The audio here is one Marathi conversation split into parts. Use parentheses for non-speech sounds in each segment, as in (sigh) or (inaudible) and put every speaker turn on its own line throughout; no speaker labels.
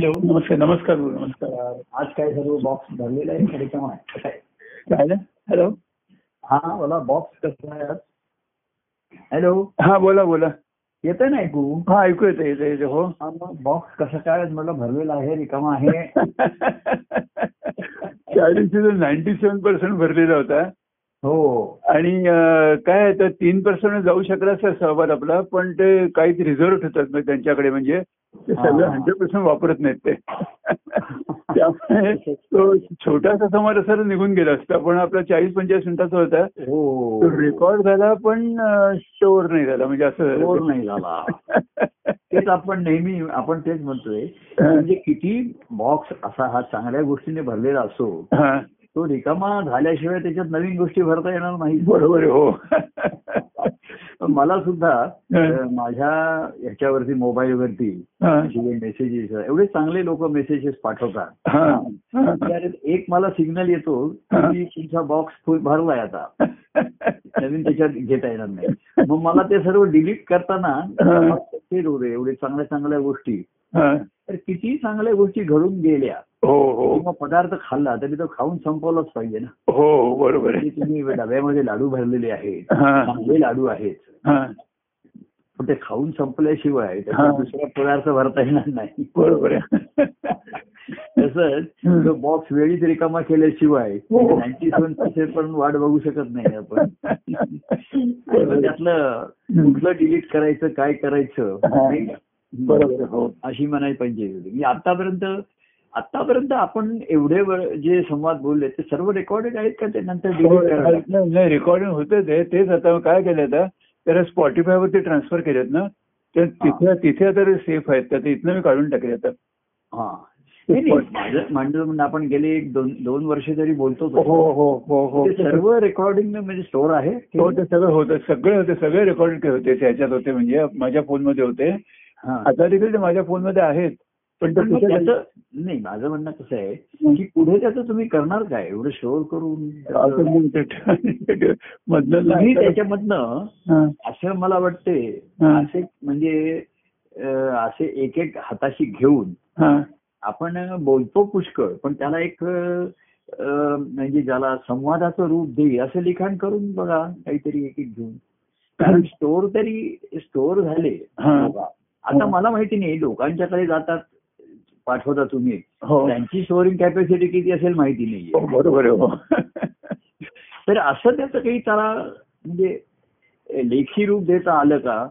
हॅलो नमस्कार नमस्कार गुरु नमस्कार
तर आज काय सर्व बॉक्स भरलेला आहे कार्यक्रम आहे कसं आहे
काय झालं? हॅलो
हा बोला बॉक्स कसं आहे आज हॅलो
हा बोला बोला
येतोय ना ऐकू
हा ऐकू येतं येतं येतं हो
हा, मग बॉक्स कसं काय म्हटलं भरलेला आहे रिकामा आहे
चाळीस नाईन्टी सेव्हन पर्सेंट भरलेला होता
हो
आणि अं, काय आहे, तर तीन पर्सेंट जाऊ शकला असता सहभाग आपला पण ते काहीच रिझर्व ठेवतात मग त्यांच्याकडे म्हणजे ते सगळं
हा.
हंड्रेड पर्सेंट वापरत नाहीत (laughs) ते त्यामुळे तो छोटासा समाज असा निघून गेला असता पण आपला चाळीस पंचेचाळीस मिनिटाचा होता
हो
तो रेकॉर्ड झाला पण स्टोअर नाही झाला म्हणजे असं झालं.
Score
हो,
नाही झाला. तेच आपण नेहमी आपण तेच म्हणतोय म्हणजे किती बॉक्स असा हा चांगल्या गोष्टीने भरलेला असो
हा,
तो रिकामा झाल्याशिवाय त्याच्यात नवीन गोष्टी भरता येणार नाही
बरोबर आहे हो
पण मला सुद्धा
हा.
अ, माझ्या ह्याच्यावरती मोबाईलवरती
हा.
जे मेसेजेस एवढे चांगले लोक मेसेजेस पाठवतात
हा, हा.
त्यात एक मला सिग्नल येतो
हा.
की तुमचा बॉक्स फुल भरलाय आता नवीन त्याच्यात घेता येणार नाही मग मला ते सर्व डिलीट करताना
हा.
फील होते एवढे चांगल्या चांगल्या गोष्टी
हा.
तर किती चांगल्या गोष्टी घडून गेल्या
हो हो
किंवा पदार्थ खाल्ला तरी तो खाऊन संपवलाच पाहिजे ना
हो हो बरोबर
म्हणजे
आहे
तुम्ही डब्यामध्ये लाडू भरलेले आहेत
हा,
चांगले लाडू आहेत
हा.
पण ते खाऊन संपल्याशिवाय त्याचा
हा.
दुसरा पदार्थ भरता येणार नाही
बरोबर आहे
तसंच तो बॉक्स वेळीच रिकामा केल्याशिवाय
हो.
नाईन्टी सेव्हन पर्सेंट पण वाट बघू शकत नाही आपण आणि मग
बरोबर आहे.
त्यातलं कुठलं डिलीट करायचं काय करायचं
हा.
नाही का?
बरोबर आहे, हो
अशी म्हणाय पाहिजे होती म्हणजे आतापर्यंत आतापर्यंत आपण एवढे वेळ जे संवाद बोलले ते सर्व रेकॉर्डेड आहेत का ते नंतर
हो,
डिलीट करायला
नाही रेकॉर्डिंग होते ते तेच आता काय केलं आता त्याला स्पॉटीफाय वरती ट्रान्सफर केलेत ना तर तिथे तिथे आता सेफ आहेत तर ते इथनं मी काढून टाकले आता
हा नाही, नाही, माझं म्हणणं म्हणजे आपण गेले एक दोन दोन वर्ष तरी
हो
बोलतो
हो हो हो
ते सर्व रेकॉर्डिंग म्हणजे स्टोअर आहे
हो ते सगळं होतं सगळे होते सगळे रेकॉर्ड केले होते त्याच्यात होते म्हणजे माझ्या फोनमध्ये होते
हा.
आता देखील ते माझ्या फोनमध्ये आहेत पण ते
पण मग
कुठे-
त्याचं नाही माझं म्हणणं कसं आहे की पुढे त्याचं तुम्ही करणार काय एवढं स्टोअर करून
आता
त्याचं-
मी ते- मधलं
तुम्ही
नाही.
त्याच्यामधनं
हा,
असं मला वाटते
हा.
असे म्हणजे अं, असे एक एक हाताशी घेऊन
हा,
आपण बोलतो पुष्कळ पण त्याला एक अं, म्हणजे ज्याला संवादाचं रूप देईल असं लिखाण करून बघा काहीतरी एक एक घेऊन कारण स्टोर तरी स्टोर झाले
हा. हो.
बघा. आता मला माहिती नाही लोकांच्याकडे जातात पाठवता तुम्ही
हो
त्यांची स्टोरिंग कॅपॅसिटी किती असेल माहिती नाहीये
हो, बरोबर आहे हो
तर असं त्याचं काही त्याला म्हणजे लेखी रूप देता आलं का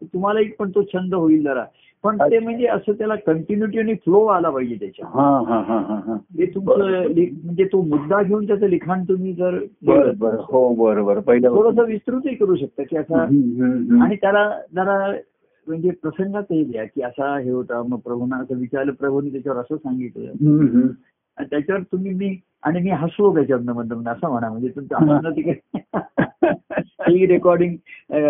तर तुम्हाला एक पण तो छंद होईल जरा पण ते म्हणजे असं त्याला कंटिन्युटी आणि फ्लो आला पाहिजे त्याच्या
हा हा हा हा हा
ते तुमचं लि- म्हणजे तो मुद्दा घेऊन त्याचं लिखाण तुम्ही जर
बरं बरं हो बरं बरं पहिलं
थोडस विस्तृतही करू शकता की असा
हम्म, हम्म, हम्म.
आणि त्याला जरा म्हणजे प्रसंगात हे द्या की असा हे होता मग प्रभूंना असं विचारलं प्रभूने त्याच्यावर असं सांगितलं
हम्म, (laughs) हम्म.
आणि त्याच्यावर तुम्ही मी आणि मी हसलो त्याच्यातनं मधून असं म्हणा म्हणजे तुमचं हसणं तिकडे ही रेकॉर्डिंग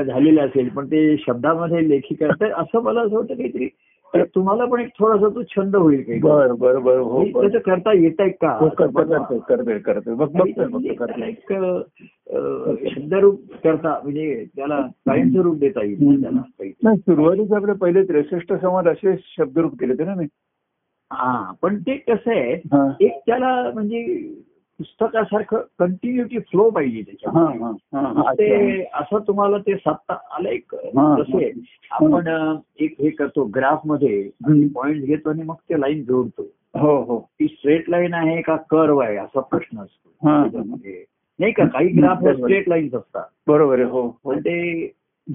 झालेलं असेल पण ते शब्दामध्ये लेखिका तर असं मला असं वाटतं काहीतरी तर तुम्हाला पण एक थोडासा तो छंद होईल काही
बरं बरं बरं हो बरं
त्याचं करता येत आहे का
हो, करतोय करतोय करतोय करतोय बघ बघतोय
म्हणजे
बघतोय
त्याला
करतोय
एक अ, अ, शब्दरूप करता म्हणजे त्याला कायमचं रूप देता येईल त्याला काही.
नाही सुरुवातीच आपले पहिले त्रेसष्ट समाज असे शब्दरूप केले होते ना मी
हा पण ते कसं आहे
हा
एक त्याला म्हणजे पुस्तकासारखं कंटिन्युटी फ्लो पाहिजे त्याच्या
हा, हा, हा, हा.
ते असं तुम्हाला ते साधता आलं एक
हा.
कसं आहे आपण अ, एक हे करतो ग्राफ मध्ये
हम्म.
पॉइंट घेतो आणि मग ते लाईन जोडतो
हो हो
ती स्ट्रेट लाईन आहे का कर्व आहे असा प्रश्न असतो
हा, हा.
त्याच्यामध्ये. नाही का काही ग्राफ
बरोबर.
स्ट्रेट लाईन्स असतात
बरोबर आहे हो हो
पण ते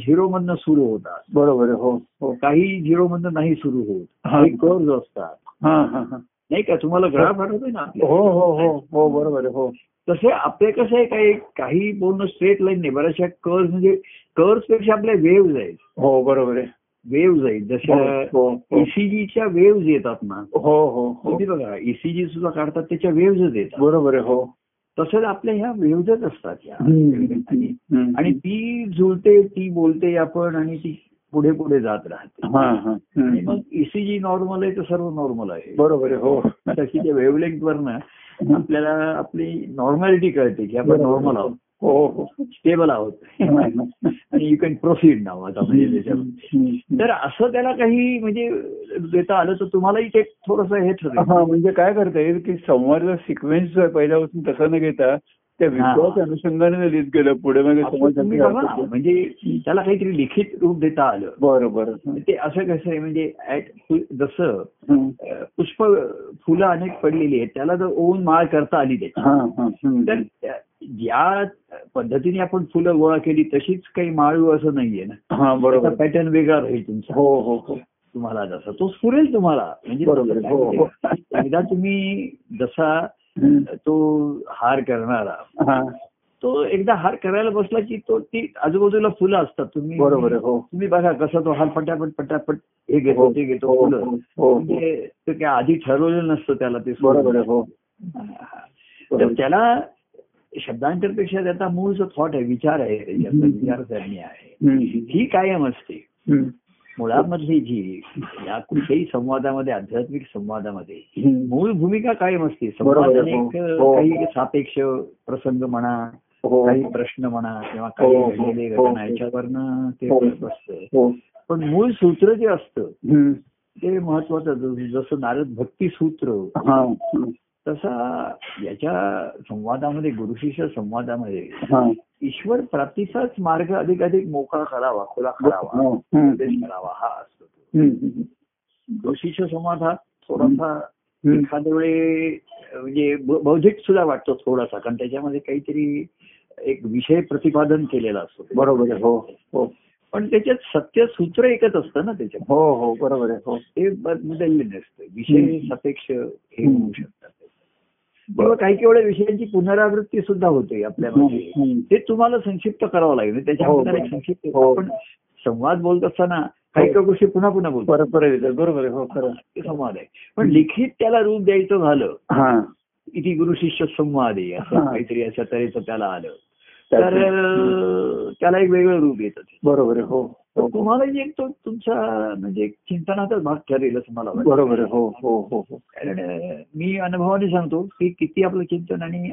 झिरो मधनं सुरू होतात
बरोबर आहे हो हो
काही झिरो मधनं नाही सुरू होत
हा.
काही कर्व असतात
हा, हा, हा.
नाही का तुम्हाला ग्राफ आठवतोय ना आपल्या?
हो हो हो हो बरोबर आहे हो
तसे आपले कसं आहे काही काही पूर्ण स्ट्रेट लाईन नाही बऱ्याचशा कर्व म्हणजे कर्व पेक्षा आपल्या वेव्ह आहेत
हो बरोबर आहे
वेव्ह आहेत जशा E
हो हो
ईसीजीच्या वेव्ह येतात ना
हो हो हो
तुम्ही बघा ईसीजी सुद्धा काढतात त्याच्या वेव्ह येतात
बरोबर आहे हो
तसंच आपल्या ह्या वेव्हच असतात ह्या आणि-
हम्म.
आणि ती जुळते ती बोलते आपण आणि ती पुढे पुढे जात राहते
हा हा
आणि
हम्म.
मग E ईसीजी नॉर्मल आहे तर सर्व नॉर्मल आहे
बरोबर आहे हो
तशी त्या वेव्हलेंथ वरनं आपल्याला आपली नॉर्मॅलिटी कळते की आपण
बरोबर.
नॉर्मल आहोत
हो हो
स्टेबल आहोत आणि यू कॅन प्रोसीड नाव आता म्हणजे त्याच्यावर तर असं त्याला काही म्हणजे देता आलं तर तुम्हालाही ते थोडस हे ठरेल
हा म्हणजे काय करता येईल की संवादाचा सिक्वेन्स जो आहे पहिल्यापासून तसा न घेता त्या विश्वास अनुषंगाने लिहित गेलं पुढे मग
असं
समाज
तुम्ही बघा ना, म्हणजे त्याला काहीतरी लिखित रूप देता आलं
बरोबर
ते असं कसं आहे म्हणजे at- जसं
हम्म.
अं, पुष्प फुलं अनेक पडलेली आहेत त्याला जर ओवून माळ करता आली त्याची
हम्म.
तर त्या- ज्या पद्धतीने आपण फुलं गोळा केली तशीच काही माळू असं नाहीये ना
हा बरोबर
पॅटर्न वेगळा राहील तुमचा
हो हो हो
तुम्हाला जसा तो फुरेल तुम्हाला म्हणजे
बरोबर,
तसं
हो, हो.
नाही. एकदा तुम्ही जसा तो हार करणारा
हा
तो एकदा हार करायला बसला की तो ती आजूबाजूला फुलं असतात तुम्ही
बरोबर आहे, हो
तुम्ही बघा कसा तो हार पटापट पटापट हे घेतो
हो,
ते घेतो
हो,
फुलं
हो, हो.
म्हणजे तो काय आधी ठरवलं नसतं त्याला ते सुरू.
बरोबर आहे, हो
तर त्याला शब्दांतरपेक्षा त्याचा मूळ जो थॉट आहे विचार आहे त्याच्यातला
हम्म.
विचारसरणी आहे
हम्म.
ही कायम असते
हम्म.
मुळामधली जी या कुठल्याही संवादामध्ये आध्यात्मिक संवादामध्ये
हम्म.
मूळ भूमिका कायम असते
बरोबर आहे,
संवाद अनेक
हो, हो.
काही सापेक्ष प्रसंग म्हणा
हो
काही प्रश्न म्हणा किंवा
हो, हो,
काही घडलेले
हो.
घटना याच्यावरनं ते
हो.
असतं
हो
पण मूळ सूत्र जे असतं
हम्म.
ते महत्वाचं जस- जसं नारद भक्ती सूत्र
हा हम्म.
तसा याच्या संवादामध्ये गुरुशिष्य संवादामध्ये
हा
ईश्वर प्राप्तीचाच मार्ग अधिक अधिक मोकळा करावा खुला करावा
हो. हम्म.
उपदेश करावा हा असतो
हम्म.
गुरुशिष्य संवाद हा थोडासा
हम्म.
एखाद्या वेळे म्हणजे ब- बौद्धिक सुद्धा वाटतो थोडासा कारण त्याच्यामध्ये काहीतरी एक विषय प्रतिपादन केलेला असतो
बरोबर आहे, हो हो
पण त्याच्यात सत्य सूत्र एकच असतं ना त्याच्यात
हो हो बरोबर आहे हो
ते ब- बदलले नसते विषय
हम्म.
सापेक्ष हे
हम्म.
होऊ शकतात किंवा काही काही वेळा विषयांची पुनरावृत्ती सुद्धा होते आपल्यामध्ये
हम्म, हम्म.
ते तुम्हाला संक्षिप्त करावं लागेल
हो,
त्याच्यामध्ये
बरोबर.
एक संक्षिप्त
हो.
आपण संवाद बोलत असताना काही काही गोष्टी पुन्हा पुन्हा बोलतो
परस्पर आहे, बरोबर आहे हो खरं
ते संवाद आहे पण लिखित त्याला रूप द्यायचं झालं
हा
इथे गुरु शिष्य संवाद आहे असं
हा.
काहीतरी अशा तऱ्हेचं त्याला आलं तर
त्याचं-
अं, त्याला एक वेगळं रूप येतं ते.
बरोबर आहे, हो
तर
हो
तुम्हाला जे तो तुमच्या म्हणजे एक चिंतनाचाच भाग ठरेल असं मला वाटतं
बरोबर आहे, हो हो हो हो
कारण अं, मी अनुभवाने सांगतो की किती आपलं चिंतन आणि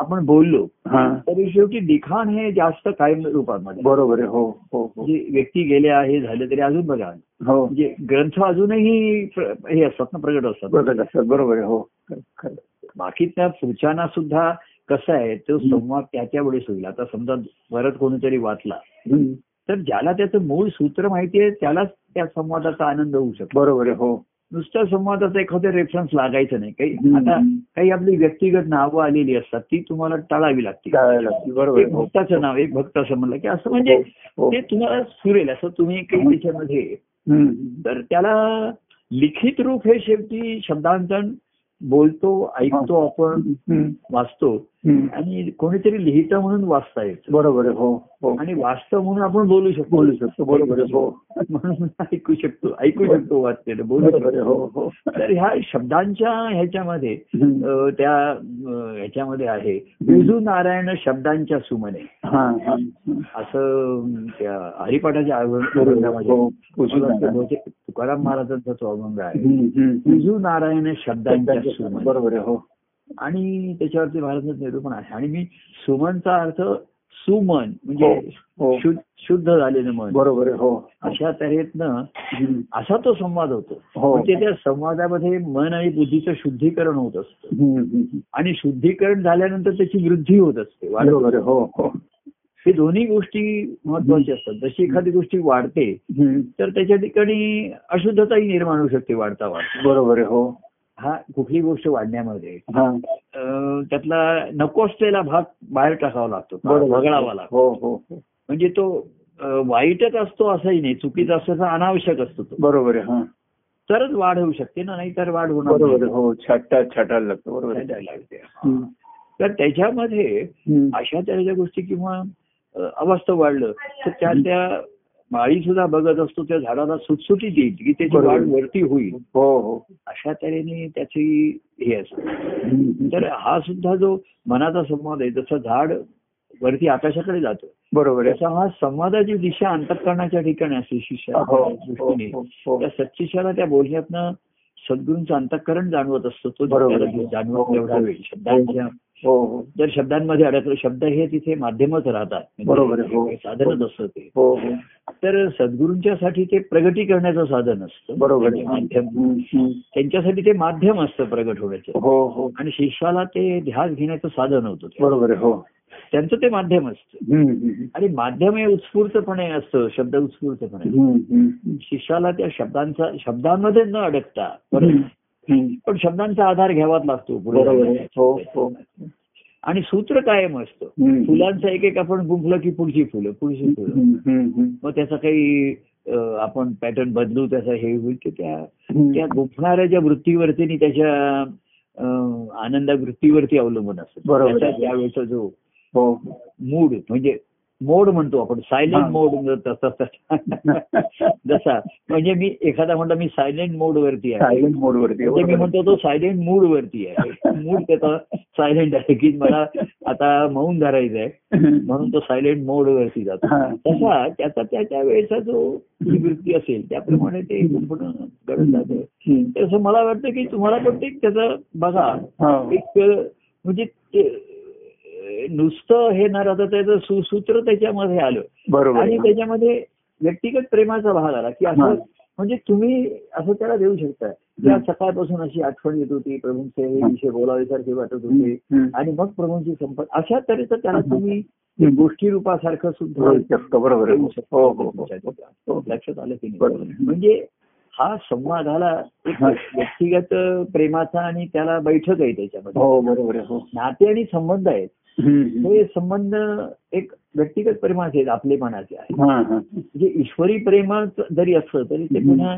आपण बोललो
हा
तरी शेवटी लिखाण हे जास्त कायम रूपामध्ये
बरोबर आहे, हो हो हो
म्हणजे व्यक्ती गेल्या हे झालं तरी अजून बघा
हो
म्हणजे ग्रंथ अजूनही प्र- हे असतात ना प्रगट असतात
बरोबर आहे, सर, बरोबर आहे, हो खरं, खरं.
बाकी त्या पुढच्यांना सुद्धा कसं आहे तो
हं.
संवाद त्याच्या वेळेस होईल आता समजा परत कोणीतरी वाचला
हम्म.
तर ज्याला त्याचं मूळ सूत्र माहिती आहे त्यालाच त्या संवादाचा आनंद होऊ शकतो
बरोबर आहे, हो
नुसत्या संवादाचा एखादा रेफरन्स लागायचं नाही काही
हं.
आता काही आपली व्यक्तिगत नावं आलेली असतात ती तुम्हाला टाळावी लागतील
टाळायला लागतील, बरोबर
एक
आहे, हो
भक्ताचं नाव एक भक्त असं म्हणलं की असं म्हणजे
हो.
ते तुम्हाला सुरेल असं तुम्ही काही त्याच्यामध्ये
हम्म.
तर त्याला लिखित रूप हे शेवटी शब्दांतन बोलतो
हो.
ऐकतो आपण
हम्म.
वाचतो
हम्म.
आणि कोणीतरी लिहितं म्हणून वाचता येतं
बरोबर आहे, हो हो
आणि वाचतं म्हणून आपण बोलू शकतो
बोलू शकतो बरोबर आहे, हो
म्हणून (laughs) ऐकू शकतो ऐकू शकतो वाचलेलं बोलू
बरोबर आहे,
शकतो
हो हो
तर ह्या शब्दांच्या ह्याच्यामध्ये
हम्म.
अ, त्या अ, ह्याच्यामध्ये आहे विजू नारायण शब्दांच्या सुमने
हा हा
असं अम, त्या हरिपाठाच्या
बरोबर आहे,
अभंगामध्ये
हो पुसून
मला वाटतं
टाका.
बहुतेक तुकाराम महाराजांचा तो अभंग आहे
हम्म, हम्म, हम्म.
विजू नारायण शब्दांच्या सुमने
बरोबर आहे, हो
आणि त्याच्यावरती भारतात निरूपण आहे आणि मी सुमनचा अर्थ सुमन म्हणजे
हो हो.
शुद्ध शुद्ध झालेलं मन
बरोबर आहे, हो
अशा तऱ्हेतनं
हम्म.
असा तो संवाद होतो
हो.
म्हणजे त्या संवादामध्ये मन आणि बुद्धीचं शुद्धीकरण होत असतं
हम्म, हम्म, हम्म.
आणि शुद्धीकरण झाल्यानंतर त्याची वृद्धी होत असते वाढ
बरोबर आहे, हो हो
हे दोन्ही गोष्टी महत्वाच्या असतात जशी एखादी गोष्टी वाढते
हम्म.
तर त्याच्या ठिकाणी अशुद्धताही निर्माण होऊ शकते वाढता वाढता
बरोबर आहे, हो
हा कुठली गोष्ट वाढण्यामध्ये
हा
अं, त्यातला नको असलेला भाग बाहेर टाकावा लागतो
बरोबर
वगळावा लागतो
हो हो हो.
म्हणजे तो अं, वाईटच असतो असंही नाही चुकीचा असतो असा अनावश्यक असतो तो
बरोबर आहे, हा
तरच वाढ होऊ शकते ना नाही तर वाढ होणार नाही.
बरोबर आहे, हो छाटा छाटायला लागतो बरोबर आहे.
त्याला लागते.
हम्म.
तर त्याच्यामध्ये
हम्म.
अशा तऱ्हेच्या गोष्टी किंवा अ, अवास्तव वाढलं तर त्या त्या माळी सुद्धा बघत असतो त्या झाडाला सुटसुटी देईल की त्याची
बरोबर.
वाढ वरती होईल
हो हो
अशा तऱ्हेने त्याची हे असते
हम्म.
तर हा सुद्धा जो मनाचा संवाद आहे जसं झाड वरती आकाशाकडे जातो
बरोबर आहे
तसा हा संवादाची दिशा अंतकरणाच्या ठिकाणी असते शिष्याच्या
हो हो
दृष्टीने
हो, हो.
त्या सच्चिशाला त्या बोलण्यातनं सद्गुरूंचं अंतःकरण जाणवत असतो तो
बरोबर.
त्याला जाणवत एवढा वेळ शब्दांच्या
हो हो
जर शब्दांमध्ये अडकलं शब्द हे तिथे माध्यमच राहतात म्हणजे
बरोबर आहे, हो.
साधनच असतं ते
हो हो
तर सद्गुरूंच्यासाठी ते प्रगटीकरणाचं साधन असतं
बरोबर आहे.
माध्यम
हम्म, हम्म.
त्यांच्यासाठी ते माध्यम असतं प्रगट होण्याचं
हो हो
आणि शिष्याला ते ध्यास घेण्याचं साधन होतं ते.
बरोबर आहे हो
त्यांचं ते माध्यम असतं
हम्म, हम्म,
आणि माध्यम हे उत्स्फूर्तपणे असतं शब्द उत्स्फूर्तपणे
हम्म, हम्म,
शिष्याला त्या शब्दांचा शब्दांमध्ये न अडकता परत
हम्म. हम्म.
पण शब्दांचा आधार घ्यावाच लागतो पुढे
बरोबर आहे हो हो
आणि सूत्र कायम असतं
हम्म.
फुलांचं एक एक आपण गुंफलं की पुढची फुलं पुढची फुलं
हम्म, हम्म, हम्म.
मग त्याचा काही अं, आपण पॅटर्न बदलू त्याचा हे होईल की त्या
हम्म.
त्या गुंफणाऱ्या ज्या वृत्तीवरती आणि त्याच्या अं, आनंदा वृत्तीवरती अवलंबून असतं
बरोबर.
त्याचा त्यावेळेचा जो
हो
मूड म्हणजे मोड म्हणतो आपण
हा.
सायलेंट मोड म्हणतो तसा तसा जसा म्हणजे मी एखादा म्हणतो मी सायलेंट मोड वरती आहे
सायलेंट मोड वरती
म्हणजे मी म्हणतो तो सायलेंट मूड वरती आहे मूड त्याचा सायलेंट आहे की मला आता मौन धरायचं आहे म्हणून तो सायलेंट मोड वरती जातो
हा.
तसा त्याचा त्या त्या वेळेचा जो जी वृत्ती असेल त्याप्रमाणे ते गुंफणं घडत जातं
हम्म.
तसं मला वाटतं की तुम्हाला पण ते त्याचा बघा
हा.
एक म्हणजे ते नुसतं हे न राहता त्याचं सुसूत्र त्याच्यामध्ये आलं
बरोबर
आणि
आहे.
त्याच्यामध्ये व्यक्तिगत प्रेमाचा भाग आला की
हा.
असं म्हणजे तुम्ही असं त्याला देऊ शकता त्या
हम्म.
सकाळपासून अशी आठवण येत होती प्रभूंचे हे
हा.
विषय बोलावेसारखे वाटत होते
हम्म.
आणि मग प्रभूंची संपत अशा तऱ्हेचं त्याला
हा.
तुम्ही
हम्म.
गोष्टी रूपासारखं सुद्धा
बोलू शकतो, हो, बरोबर आहे.
देऊ शकता
हो, हो, हो.
तुमच्या ठिकाणी. लक्षात आलं की
बरोबर. हो.
नाही म्हणजे हा संवाद आला एक
हा.
व्यक्तिगत प्रेमाचा आणि त्याला बैठक आहे त्याच्यामध्ये
हो बरोबर आहे हो
नाते आणि संबंध आहेत
हम्म.
हे संबंध एक व्यक्तिगत प्रेमाचे आहेत आपलेपणाचे आहेत
हा, हा.
म्हणजे ईश्वरी प्रेमात जरी असलं तरी ते
हम्म.
पुन्हा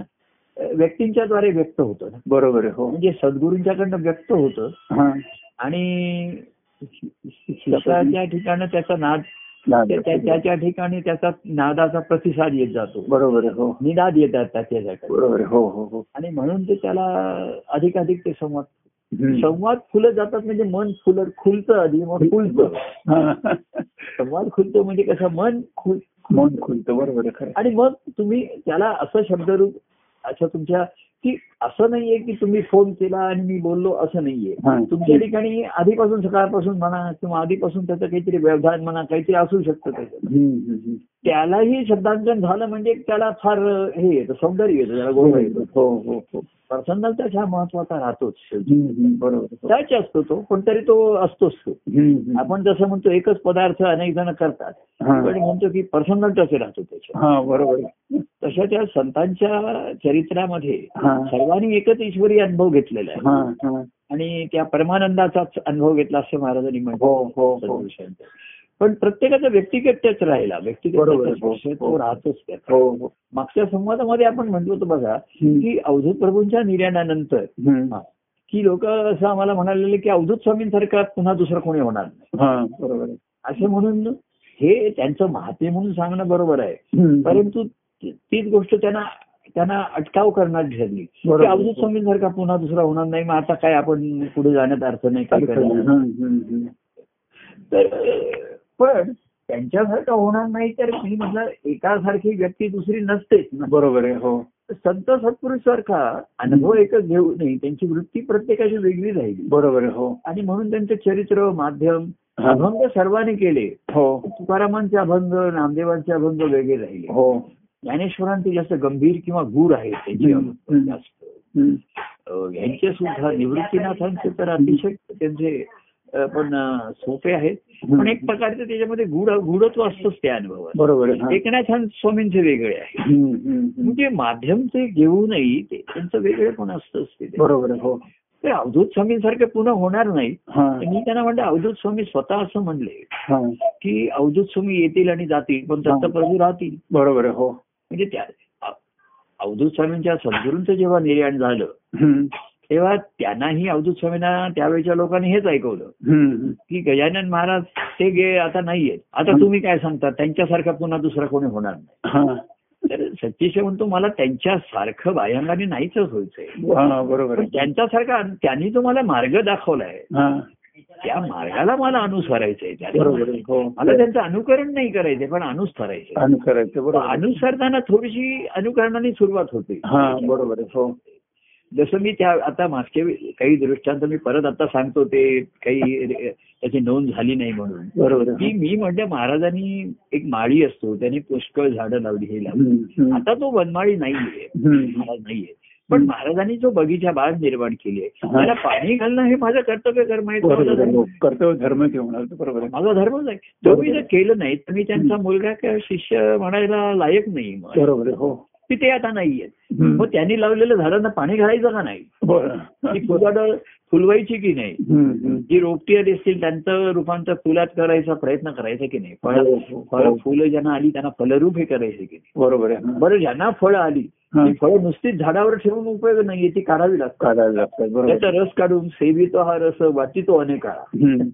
अ, व्यक्तींच्या द्वारे व्यक्त होतं ना
बरोबर आहे हो
म्हणजे सद्गुरूंच्याकडनं व्यक्त होतं
हा.
आणि शिष्याच्या ठिकाणी त्याचा नाद त्या- त्या- त्याच्या ठिकाणी त्याचा नादाचा प्रतिसाद येत जातो
बरोबर आहे हो
निनाद येतात त्याच्यासाठी
बरोबर आहे हो हो हो
आणि म्हणून ते त्याला अधिकाधिक ते संवाद
हम्म.
संवाद फुलत जातात म्हणजे मन फुलत खुलतं आधी मग खुलतं
हा.
संवाद खुलतो म्हणजे कसं मन खुल
मन खुलतं बरोबर आहे खरं आहे.
आणि मग तुम्ही त्याला असं शब्दरूप अच्छा तुमच्या की असं नाहीये की तुम्ही फोन केला आणि मी बोललो असं नाहीये
हा.
तुमच्या ठिकाणी आधीपासून सकाळपासून म्हणा किंवा आधीपासून त्याचं काहीतरी व्यवधान म्हणा काहीतरी असू शकतं त्याचं
हम्म, हम्म,
त्यालाही शब्दांकन झालं म्हणजे त्याला फार हे येतं सौंदर्य येतं त्याला गोड
हम्म.
येतं
हो हो हो
पर्सनलचा हा महत्वाचा राहतोच शेवटी
हम्म, हम्म. बरोबर आहे.
टच असतो तो पण तरी तो असतोच तो
हम्म, हम्म.
आपण जसं म्हणतो एकच पदार्थ अनेक जण करतात
हा.
पण म्हणतो की पर्सनल टच राहतो त्याच्या
हा बरोबर आहे.
तशा त्या संतांच्या चरित्रामध्ये
हा.
सर्वांनी एकच ईश्वरी अनुभव घेतलेला आहे
हा, हा.
आणि त्या परमानंदाचाच अनुभव घेतला असं महाराजांनी
हो
म्हटलं
हो हो
सद्गुरुशांचं. पण प्रत्येकाचा व्यक्तिगत टच राहिला व्यक्तिगत
बरोबर,
touch
हो,
विषय
हो.
तो राहतोच त्याचा
हो हो
मागच्या संवादामध्ये आपण म्हटलो होतो बघा
हम्म.
की अवधूत प्रभूंच्या निर्याणानंतर
हम्म.
की लोक असं आम्हाला म्हणालेले की अवधूत स्वामींसारखा पुन्हा दुसरं कोणी होणार नाही
हा बरोबर आहे.
असे म्हणून हे त्यांचं महाते म्हणून सांगणं बरोबर आहे
हम्म.
परंतु ती- तीच गोष्ट त्यांना त्यांना अटकाव करणार ठरली की
बरोबर.
अवधूत स्वामींसारखा पुन्हा दुसरा होणार नाही मग आता काय आपण पुढे जाण्यात अर्थ नाही काय
हम्म,
करणार
हम्म, हम्म.
तर अं, पण त्यांच्यासारखा होणार नाही तर मी म्हटलं एकासारखी व्यक्ती दुसरी नसतेच ना
बरोबर आहे हो
संत सत्पुरुष सारखा अनुभव एकच घेऊ नाही त्यांची वृत्ती प्रत्येकाची वेगळी राहिली
बरोबर आहे हो
आणि म्हणून त्यांचं चरित्र माध्यम
हा.
अभंग सर्वांनी केले
हो
तुकारामांचे अभंग नामदेवांचे अभंग वेगळे राहिले
हो
ज्ञानेश्वरांचे जास्त गंभीर किंवा गूढ आहेत त्यांचे
हम्म.
अभंग जास्त
हम्म.
अं, यांचे सुद्धा निवृत्तीनाथांचे तर अतिशय त्यांचे अं, पण अं, सोपे आहेत पण एक प्रकारचे त्याच्यामध्ये गुढ गुढत्व असतंच त्या अनुभवात
बरोबर आहे हा.
एकनाथान स्वामींचे वेगळे आहे
हम्म, हम्म, हम्म.
म्हणजे माध्यम ते घेऊनही ते त्यांचं वेगळे पण असतंच ते
बरोबर आहे हो
तर अवधूत स्वामींसारखे पुन्हा होणार नाही
हा
तर मी त्यांना म्हणलं अवधूत स्वामी स्वतः असं म्हणले
हा
की अवधूत स्वामी येतील आणि जातील पण
हा.
दत्तप्रभू राहतील
बरोबर आहे हो
म्हणजे त्या अ- अवधूत स्वामींच्या सद्गुरूंचं जेव्हा निर्याण झालं
हम्म.
तेव्हा त्यांनाही अवधूत स्वामींना त्यावेळेच्या लोकांनी हेच ऐकवलं
हम्म.
की गजानन महाराज ते गे आता नाहीयेत आता तुम्ही काय सांगता त्यांच्यासारखा पुन्हा दुसरा कोणी होणार नाही
हा
तर सतीश म्हणतो मला त्यांच्यासारखं बाह्यांगाने नाहीच व्हायचंय
हा, बरोबर
पण
आहे
त्यांच्यासारखा त्यांनी तुम्हाला मार्ग दाखवलाय
हा
त्या मार्गाला मला अनुसरायचंय
बरोबर
त्या
आहे हो
मला त्यांचं अनुकरण नाही करायचंय पण अनुसरायचंय
अनुसरायचं बरोबर आहे.
अनुसरताना थोडीशी अनुकरणाने सुरुवात होते
हा बरोबर आहे हो
जसं मी त्या आता मागच्या वेळी काही दृष्टांत मी परत आता सांगतो ते काही रे- त्याची नोंद झाली नाही म्हणून
बरोबर
की
आहे.
मी म्हटलं महाराजांनी एक माळी असतो त्याने पुष्कळ झाडं लावली हे लावली
हम्म, हम्म.
आता तो वनमाळी नाहीये
हम्म.
महाराज नाहीये पण महाराजांनी जो बगीचा बाग निर्माण केली आहे
हा.
त्याला पाणी घालणं हे माझं कर्तव्य कर्म आहे तो माझा
बरोबर
धर्म
आहे.
आहे.
कर्तव्य धर्म घेऊन आलो. बरोबर आहे.
माझा धर्मच आहे तो मी जर केलं नाही तर मी त्यांचा मुलगा किंवा शिष्य म्हणायला लायक नाही मग.
बरोबर आहे. हो
की ते आता नाहीये
हम्म.
मग त्यांनी लावलेल्या झाडांना पाणी घालायचं का नाही
बरं.
ती फुलझाडं फुलवायची की नाही
हम्म, हम्म.
जी रोपटी आली असतील त्यांचं रूपांतर फुलात करायचा प्रयत्न करायचा की नाही फळ
हो, हो.
फळ फुलं ज्यांना आली त्यांना फलरूप हे करायचे की नाही
बरोबर आहे हा.
बरं ज्यांना फळं आली
हा.
ती फळं नुसतीच झाडावर ठेवून उपयोग नाहीये ती काढावी लागतात
काढायला लागतात बरोबर
त्याचा रस काढून सेवितो हा रस वाटितो अनेकाळा
हम्म.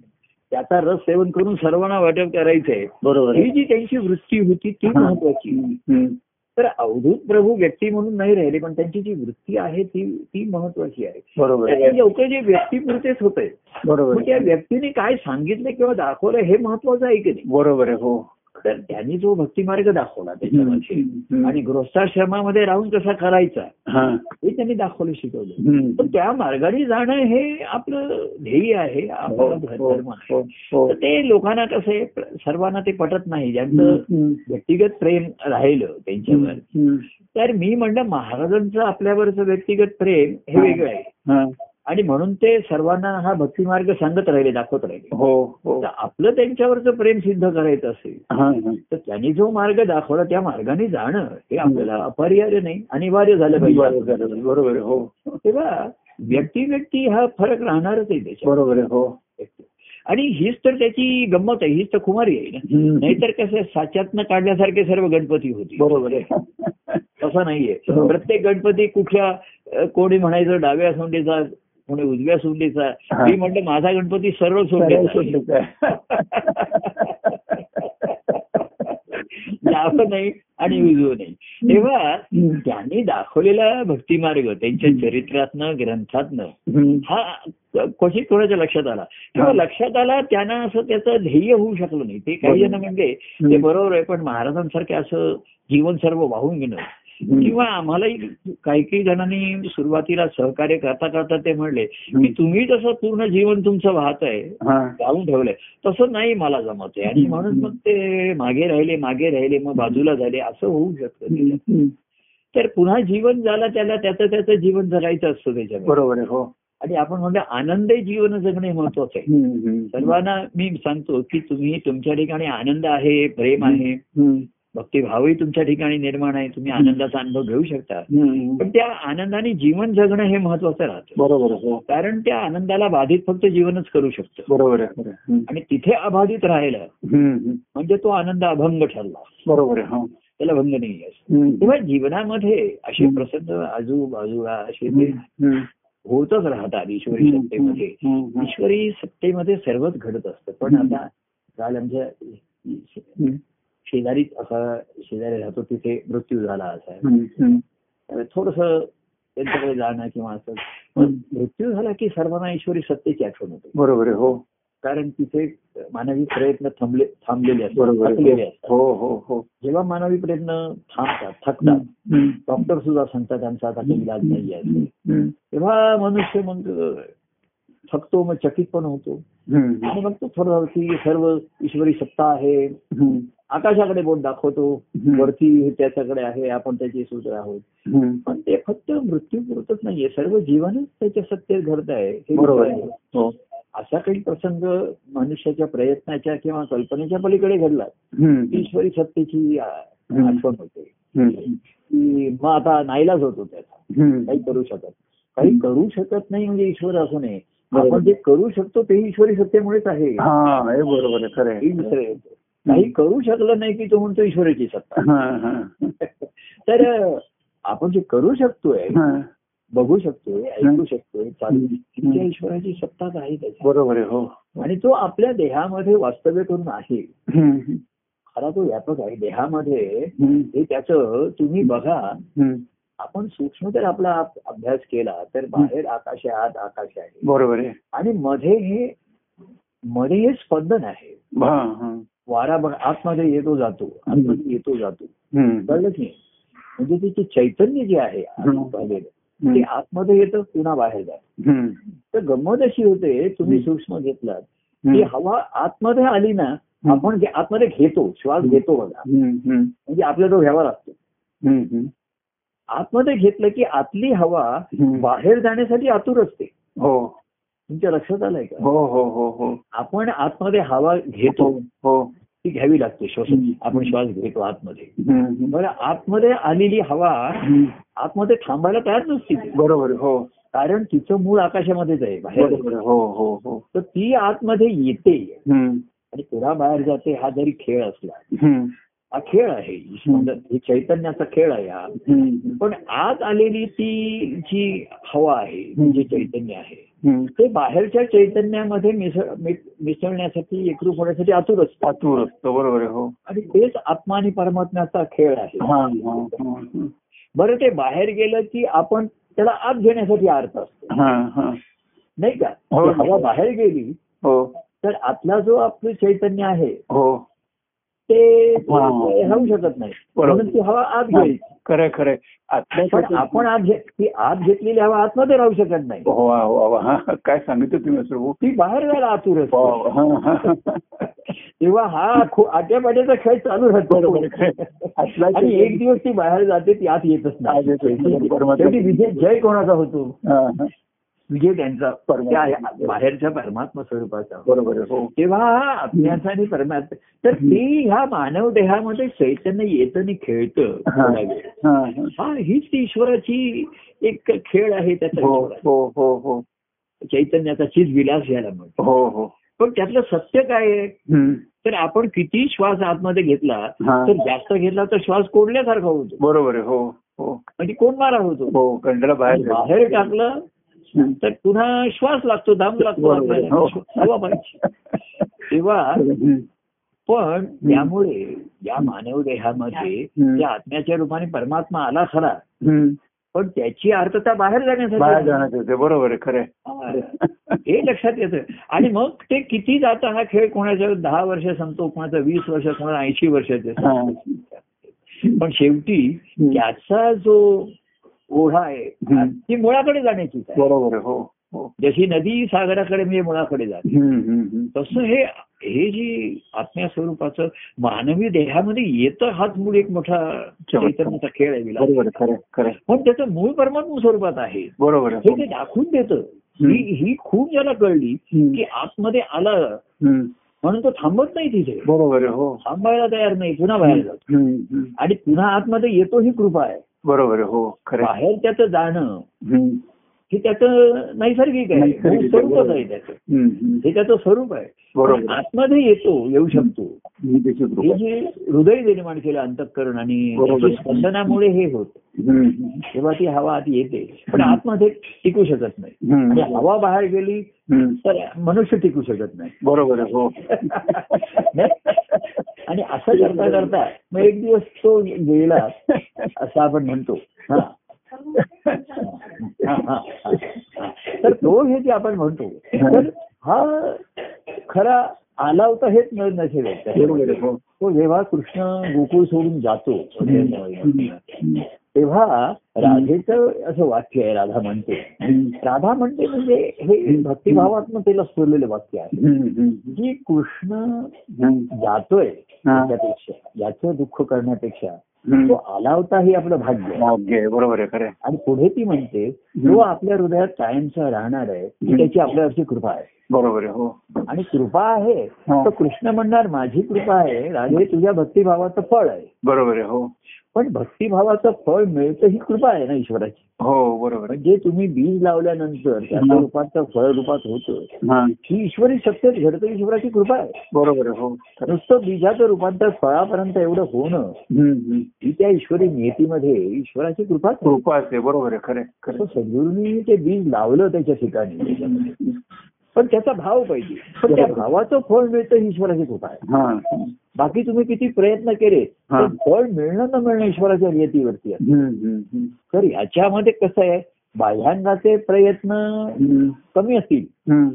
त्याचा रस सेवन करून सर्वांना वाटप करायचंय
बरोबर आहे.
ही जी त्यांची वृत्ती होती ती
हा.
महत्वाची
हम्म.
तर अवधूत प्रभू व्यक्ती म्हणून नाही राहिले पण त्यांची जी वृत्ती आहे ती ती महत्वाची आहे
बरोबर आहे.
त्याचे लोक जे व्यक्तीपुरतेच होते
बरोबर
मग त्या
आहे.
व्यक्तीने काय सांगितलं किंवा दाखवलं हे महत्वाचं आहे की नाही
बरोबर आहे हो
तर त्यांनी जो भक्तिमार्ग दाखवला त्याच्यामध्ये
हम्म.
आणि गृहस्थाश्रमामध्ये राहून कसा करायचा
हा.
हे त्यांनी दाखवलं शिकवलं
हम्म.
पण त्या मार्गाने जाणं हे आपलं ध्येय आहे
हो,
आपला
हो,
धर्म आहे
हो, हो.
तर ते लोकांना कसं आहे, प्र- सर्वांना ते पटत नाही ज्यांचं
हम्म.
व्यक्तिगत प्रेम राहिलं त्यांच्यावर
हम्म.
तर मी म्हणलं महाराजांचं आपल्यावरचं व्यक्तिगत प्रेम हे
हा.
वेगळं आहे
हा.
आणि म्हणून ते सर्वांना हा भक्ती मार्ग सांगत राहिले दाखवत राहिले
हो हो
तर आपलं त्यांच्यावरचं प्रेम सिद्ध करायचं असेल
हा, हा.
तर त्यांनी जो मार्ग दाखवला त्या मार्गाने जाणं हे आपल्याला अपरिहार्य नाही अनिवार्य झालं
बरोबर
पाहिजे
आहे. बरोबर आहे. हो
तेव्हा व्यक्ती व्यक्ती हा फरक राहणारच आहे त्याच्यात
बरोबर आहे. हो
आणि हीच तर त्याची गंमत आहे हीच तर खुमारी आहे ना
हम्म.
नाहीतर कसं आहे, साच्यातनं काढल्यासारखे सर्व गणपती होती
बरोबर आहे
तसं नाहीये
हो.
प्रत्येक गणपती कुठल्या अ, कोणी म्हणायचं डाव्या सोंडेचा कोणी उजव्या सोंडेचा
हा.
मी म्हटलं माझा गणपती सरळ
सरळ
सोंडेचा आहे.
सोडलेत आहे.
डावं नाही आणि उजवं नाही तेव्हा
हम्म.
त्यांनी दाखवलेला भक्तिमार्ग त्यांच्या चरित्रातनं ग्रंथातनं
हम्म.
हा क्वचित कोणाच्या लक्षात आला किंवा
हा.
लक्षात आला त्यांना असं त्याचं ध्येय होऊ शकलं नाही ते काही जण
बरोबर.
म्हणजे
हम्म.
ते बरोबर आहे पण महाराजांसारखे असं जीवन सर्व वाहून घेणं
हम्म.
किंवा आम्हालाही काही काही जणांनी सुरुवातीला सहकार्य करता करता ते म्हणले की
हम्म.
तुम्ही जसं पूर्ण जीवन तुमचं वाहत आहे
हा.
जाऊन ठेवलंय तसं नाही मला जमत आहे आणि म्हणून मग ते मागे राहिले मागे राहिले मग बाजूला झाले असं होऊ शकतं
हम्म.
त्याच्यात.
हम्म.
तर पुन्हा जीवन झालं त्याला त्याचं त्याचं जीवन जगायचं असतं त्याच्यामध्ये
बरोबर आहे. हो
आणि आपण म्हणलं आनंदी जीवन जगणे महत्वाचं आहे
हम्म. हम्म.
सर्वांना मी सांगतो की तुम्ही तुमच्या ठिकाणी आनंद आहे प्रेम आहे
हम्म.
भक्तिभावही तुमच्या ठिकाणी निर्माण आहे तुम्ही आनंदाचा अनुभव घेऊ शकता
हम्म.
पण त्या आनंदाने जीवन जगणं हे महत्वाचं राहतं
बरोबर आहे. हो
कारण त्या आनंदाला बाधित फक्त जीवनच करू शकतं
बरोबर आहे. बरोबर आहे. हम्म.
आणि तिथे अबाधित राहिलं
हम्म. हम्म.
म्हणजे तो आनंद अभंग ठरला
बरोबर आहे. हो
त्याला भंग नाही आहे
हम्म.
तेव्हा जीवनामध्ये असे
हम्म.
प्रसंग आजूबाजूला असे ते
हम्म.
होतच राहतात ईश्वरी
हम्म.
सत्तेमध्ये
हम्म.
ईश्वरी सत्तेमध्ये सर्वच घडत असतं पण आता काल आमच्या
हम्म.
शेजारीच असा शेजारी राहतो तिथे मृत्यू झाला असा
हम्म. हम्म.
थोडस त्यांच्याकडे जाणं किंवा असं पण मृत्यू झाला की सर्वांना ईश्वरी सत्तेची आठवण होते
बरोबर आहे. हो
कारण तिथे मानवी प्रयत्न थांबले थांबलेले असतात
बरोबर
थकलेले
आहे.
असतात
हो हो हो
जेव्हा मानवी प्रयत्न थांबतात थकतात
हम्म.
डॉक्टर सुद्धा सांगतात त्यांचा आता काही इलाज नाही आहे
हम्म. हम्म.
तेव्हा मनुष्य मग थकतो मग चकित पण होतो
हम्म.
आणि मग तो थोडं की सर्व ईश्वरी सत्ता आहे
हम्म.
आकाशाकडे बोट दाखवतो
हम्म.
वरती त्याच्याकडे आहे आपण त्याचे सूत्र आहोत
हम्म.
पण ते फक्त मृत्यूपुरतच नाहीये सर्व जीवनच त्याच्या सत्तेत घडत आहे हे
बरोबर
विचार
आहे.
आहे.
हो
असा काही प्रसंग मनुष्याच्या प्रयत्नाच्या किंवा कल्पनेच्या पलीकडे घडला
हम्म.
ईश्वरी सत्तेची आ-
हम्म.
आठवण होते
हम्म.
की मग आता नाईलाज होतो त्याचा
हम्म.
काही करू शकत काही करू शकत नाही म्हणजे ईश्वर असू नये
बरोबर.
आपण जे करू शकतो तेही ईश्वरी सत्तेमुळेच आहे
हा हे बरोबर आहे खरं
हे
आहे.
दुसरं आहे. काही करू शकलं नाही की तो म्हणतो ईश्वराची
(laughs)
सत्ता
हा, हा.
तर अ, आपण जे करू शकतोय
हा.
बघू शकतोय ऐकू शकतोय चालू त्या
हम्म.
ईश्वराची सत्ताच आहे त्याची
बरोबर आहे हो
आणि तो आपल्या देहामध्ये वास्तव्य करून आहे
हम्म.
खरा तो व्यापक आहे देहामध्ये
हम्म.
हे त्याचं तुम्ही बघा
हम्म.
आपण सूक्ष्म जर आपला आप- अभ्यास केला तर बाहेर आकाश आहे आत आकाश आहे
बरोबर आहे
आणि मध्ये हे मध्ये हे स्पंदन आहे
हा, हा.
वारा बघ आतमध्ये येतो जातो आतमध्ये येतो जातो
हम्म.
कळलं की नाही? म्हणजे तिचे चैतन्य जे आहे आधी
हम्म.
पाहिलेलं, ते आतमध्ये येतं पुन्हा बाहेर जातं तर गंमत अशी होते तुम्ही
हं.
सूक्ष्म घेतलात की हवा आतमध्ये आली ना आपण जे आतमध्ये घेतो श्वास
हं.
घेतो बघा म्हणजे आपल्याला तो घ्यावा लागतो आतमध्ये घेतलं की आतली हवा बाहेर जाण्यासाठी आतुर असते
हो
तुमच्या लक्षात आलंय का
हो हो हो हो
आपण आतमध्ये हवा घेतो
हो
ती घ्यावी लागते श्वास
हं.
आपण श्वास घेतो आतमध्ये
हम्म.
बरं आतमध्ये आलेली हवा
हम्म.
आतमध्ये थांबायला तयार नसते ती.
बरोबर हो
कारण तिचं मूळ आकाशामध्येच आहे बाहेर
बरोबर हो हो हो
तर ती आतमध्ये येते
हम्म.
आणि पुन्हा बाहेर जाते हा जरी खेळ असला
हम्म.
हा खेळ आहे समजा हे चैतन्याचा खेळ आहे हा
हम्म.
पण आत आलेली ती जी हवा आहे जे चैतन्य आहे
हम्म.
ते बाहेरच्या चैतन्यामध्ये मिसळ मि- मिसळण्यासाठी एकरूप होण्यासाठी आतुर असतात
आतूर असतो बरोबर आहे, हो
आणि तेच आत्मा आणि परमात्म्याचा खेळ आहे
हा, हा, हा.
बरं ते बाहेर गेलं की आपण त्याला आत घेण्यासाठी अर्थ असतो
हा, हा.
नाही का
हो.
ती हवा बाहेर गेली
हो
तर आतला जो आपलं चैतन्य आहे
हो
ते
हा.
राहू शकत नाही
बरोबर.
म्हणून ती हवा आत घ्यायची
खरंय खरंय आतल्या
पण आपण आत घे ती आत घेतलेली हवा आतमध्ये राहू शकत नाही
हो वा, वा, वा. हा, काय सांगितलं तुम्ही असं हो
ती बाहेर जायला आतुर
वा,
असते
वा. हा, हा.
तेव्हा हा खू आट्यापाट्याचा खेळ चालू राहतो
बरोबर आहे. आतला
आणि एक दिवस ती बाहेर जाते ती आत येतच नाही
आत येतच नाही. बरोबर.
शेवटी विजय जय कोणाचा होतो
हा, हा.
विजय त्यांचा
परमात्मा.
त्या आहे- बाहेरच्या परमात्मा स्वरूपाचा
बरोबर आहे, हो
तेव्हा हा आत्म्याचा आणि परमात्मा तर ती ह्या मानव देहामध्ये चैतन्य येतं आणि खेळतं
हा,
थोडा वेळ.
हा, हा.
हा हीच ती ईश्वराची एक खेळ आहे त्याचा
हो
ईश्वराचा.
हो हो हो
चैतन्याचा चीज विलास घ्यायला म्हणतो
हो हो
पण त्यातलं सत्य काय आहे
हम्म.
तर आपण किती श्वास आतमध्ये घेतला
हा.
तर जास्त घेतला तर श्वास कोंडल्यासारखा होतो
बरोबर आहे, हो हो
म्हणजे कोण मारा होतो
हो कंडला
आणि
बाहेर
बाहेर टाकलं
हम्म.
तर पुन्हा श्वास लागतो धाम लागतो
बरोबर आहे,
आपल्याला.
हो.
हवा पाहिजे. तेव्हा
हम्म.
पण त्यामुळे या मानव देहामध्ये
हम्म.
त्या आत्म्याच्या रूपाने परमात्मा आला खरा
हम्म.
पण त्याची अर्थता बाहेर
बाहेर
जाण्यासाठी
जाण्याचं ते बरोबर आहे खरं आहे.
आहे. हे लक्षात येतं आणि मग ते किती जातं हा खेळ कोणाच्या दहा वर्ष संपतो कोणाचा वीस वर्ष कोणाला ऐंशी वर्षाचे
हा.
पण शेवटी
हम्म.
त्याचा जो ओढा आहे
हम्म.
ती मुळाकडे जाण्याची आहे
बरोबर आहे, हो हो
जशी नदी सागराकडे म्हणजे मुळाकडे जाते
हम्म, हम्म, हम्म.
तसं हे हे जी आत्म्या स्वरूपाचं मानवी देहामध्ये येतं हाच मूळ एक मोठा चैतन्याचा खेळ आहे विलास.
बरोबर आहे, खरं आहे, खरं आहे.
पण त्याचं मूळ परमात्म स्वरूपात आहे
बरोबर आहे,
हे
हो.
ते दाखवून देतं ही ही खूप ज्याला कळली
हम्म.
की आतमध्ये आलं
हम्म.
म्हणून तो थांबत नाही तिथे
बरोबर आहे, हो
थांबायला तयार नाही पुन्हा बाहेर जातो
हम्म, हम्म.
आणि पुन्हा आतमध्ये येतो ही कृपा आहे
बरोबर आहे, हो खरं आहे.
बाहेर त्याचं जाणं
हम्म.
हे त्याचं नैसर्गिक आहे
नैसर्गिक आहे,
मूळ स्वरूपच
बरोबर.
आहे त्याचं
हम्म, हम्म.
हे त्याचं स्वरूप आहे
बरोबर आहे.
आतमध्ये येतो येऊ शकतो
मी त्याची
हे
कृपा.
जे हृदय निर्माण केलं अंतःकरण आणि
बरोबर.
त्याची स्पंदनामुळे हे होत
हम्म, हम्म.
तेव्हा ती हवा आत येते पण आतमध्ये टिकू शकत नाही आणि
हम्म.
हवा बाहेर गेली
हम्म.
तर मनुष्य टिकू शकत नाही
बरोबर आहे, हो
नाही? आणि असं करता करता मग एक दिवस तो गेला असं आपण म्हणतो हा. हा, हा, हा, हा. तर तो हे जे आपण म्हणतो तर हा खरा आला होता हेच मिळत नसेल
बरोबर आहे, हो
तो जेव्हा कृष्ण गोकुळ सोडून जातो
हम्म. हम्म.
तेव्हा राधेचं असं वाक्य आहे राधा म्हणते
हम्म.
राधा म्हणते म्हणजे हे भक्तिभावात्मतेला स्फुरलेलं वाक्य आहे
हम्म, हम्म.
जी कृष्ण
हम्म.
जातोय
हा.
त्यापेक्षा याचं दुःख करण्यापेक्षा तो
हम्म.
आला होता हे आपलं भाग्य आहे.
भाग्य आहे, बरोबर आहे खरं आहे.
आणि पुढे ती म्हणते तो आपल्या हृदयात कायमचा राहणार आहे ही त्याची आपल्यावरची कृपा आहे
बरोबर आहे हो
आणि कृपा आहे
हा.
तर कृष्ण म्हणणार माझी कृपा आहे राधे तुझ्या भक्तिभावाचं फळ आहे
बरोबर आहे हो
पण भक्तिभावाचं फळ मिळतं ही कृपा आहे ना ईश्वराची
हो बरोबर आहे
म्हणजे तुम्ही बीज लावल्यानंतर त्याच्या
हा.
रूपाचं फळ रूपात होतं
हा
ही ईश्वरी सत्यच घडतं ही ईश्वराची कृपा आहे
बरोबर आहे हो खरं.
नुसतं बीजाचं रूपांतर फळापर्यंत एवढं होणं
हम्म, हम्म.
ही त्या ईश्वरी नियतीमध्ये ईश्वराची कृपाच आहे.
कृपा असते बरोबर आहे खरे खरे
असं सद्गुरूंनी ते बीज लावलं त्याच्या ठिकाणी पण त्याचा भाव पाहिजे पण त्या भावाचं फळ मिळतं ही ईश्वराची कृपा आहे
हा
बाकी तुम्ही किती प्रयत्न केले
हा.
तर फळ मिळणं न मिळणं ईश्वराच्या नियतीवरती आहे
हम्म, हम्म, हम्म.
तर याच्यामध्ये कसं आहे बाह्यांगाचे प्रयत्न
हम्म,
कमी असतील
हम्म.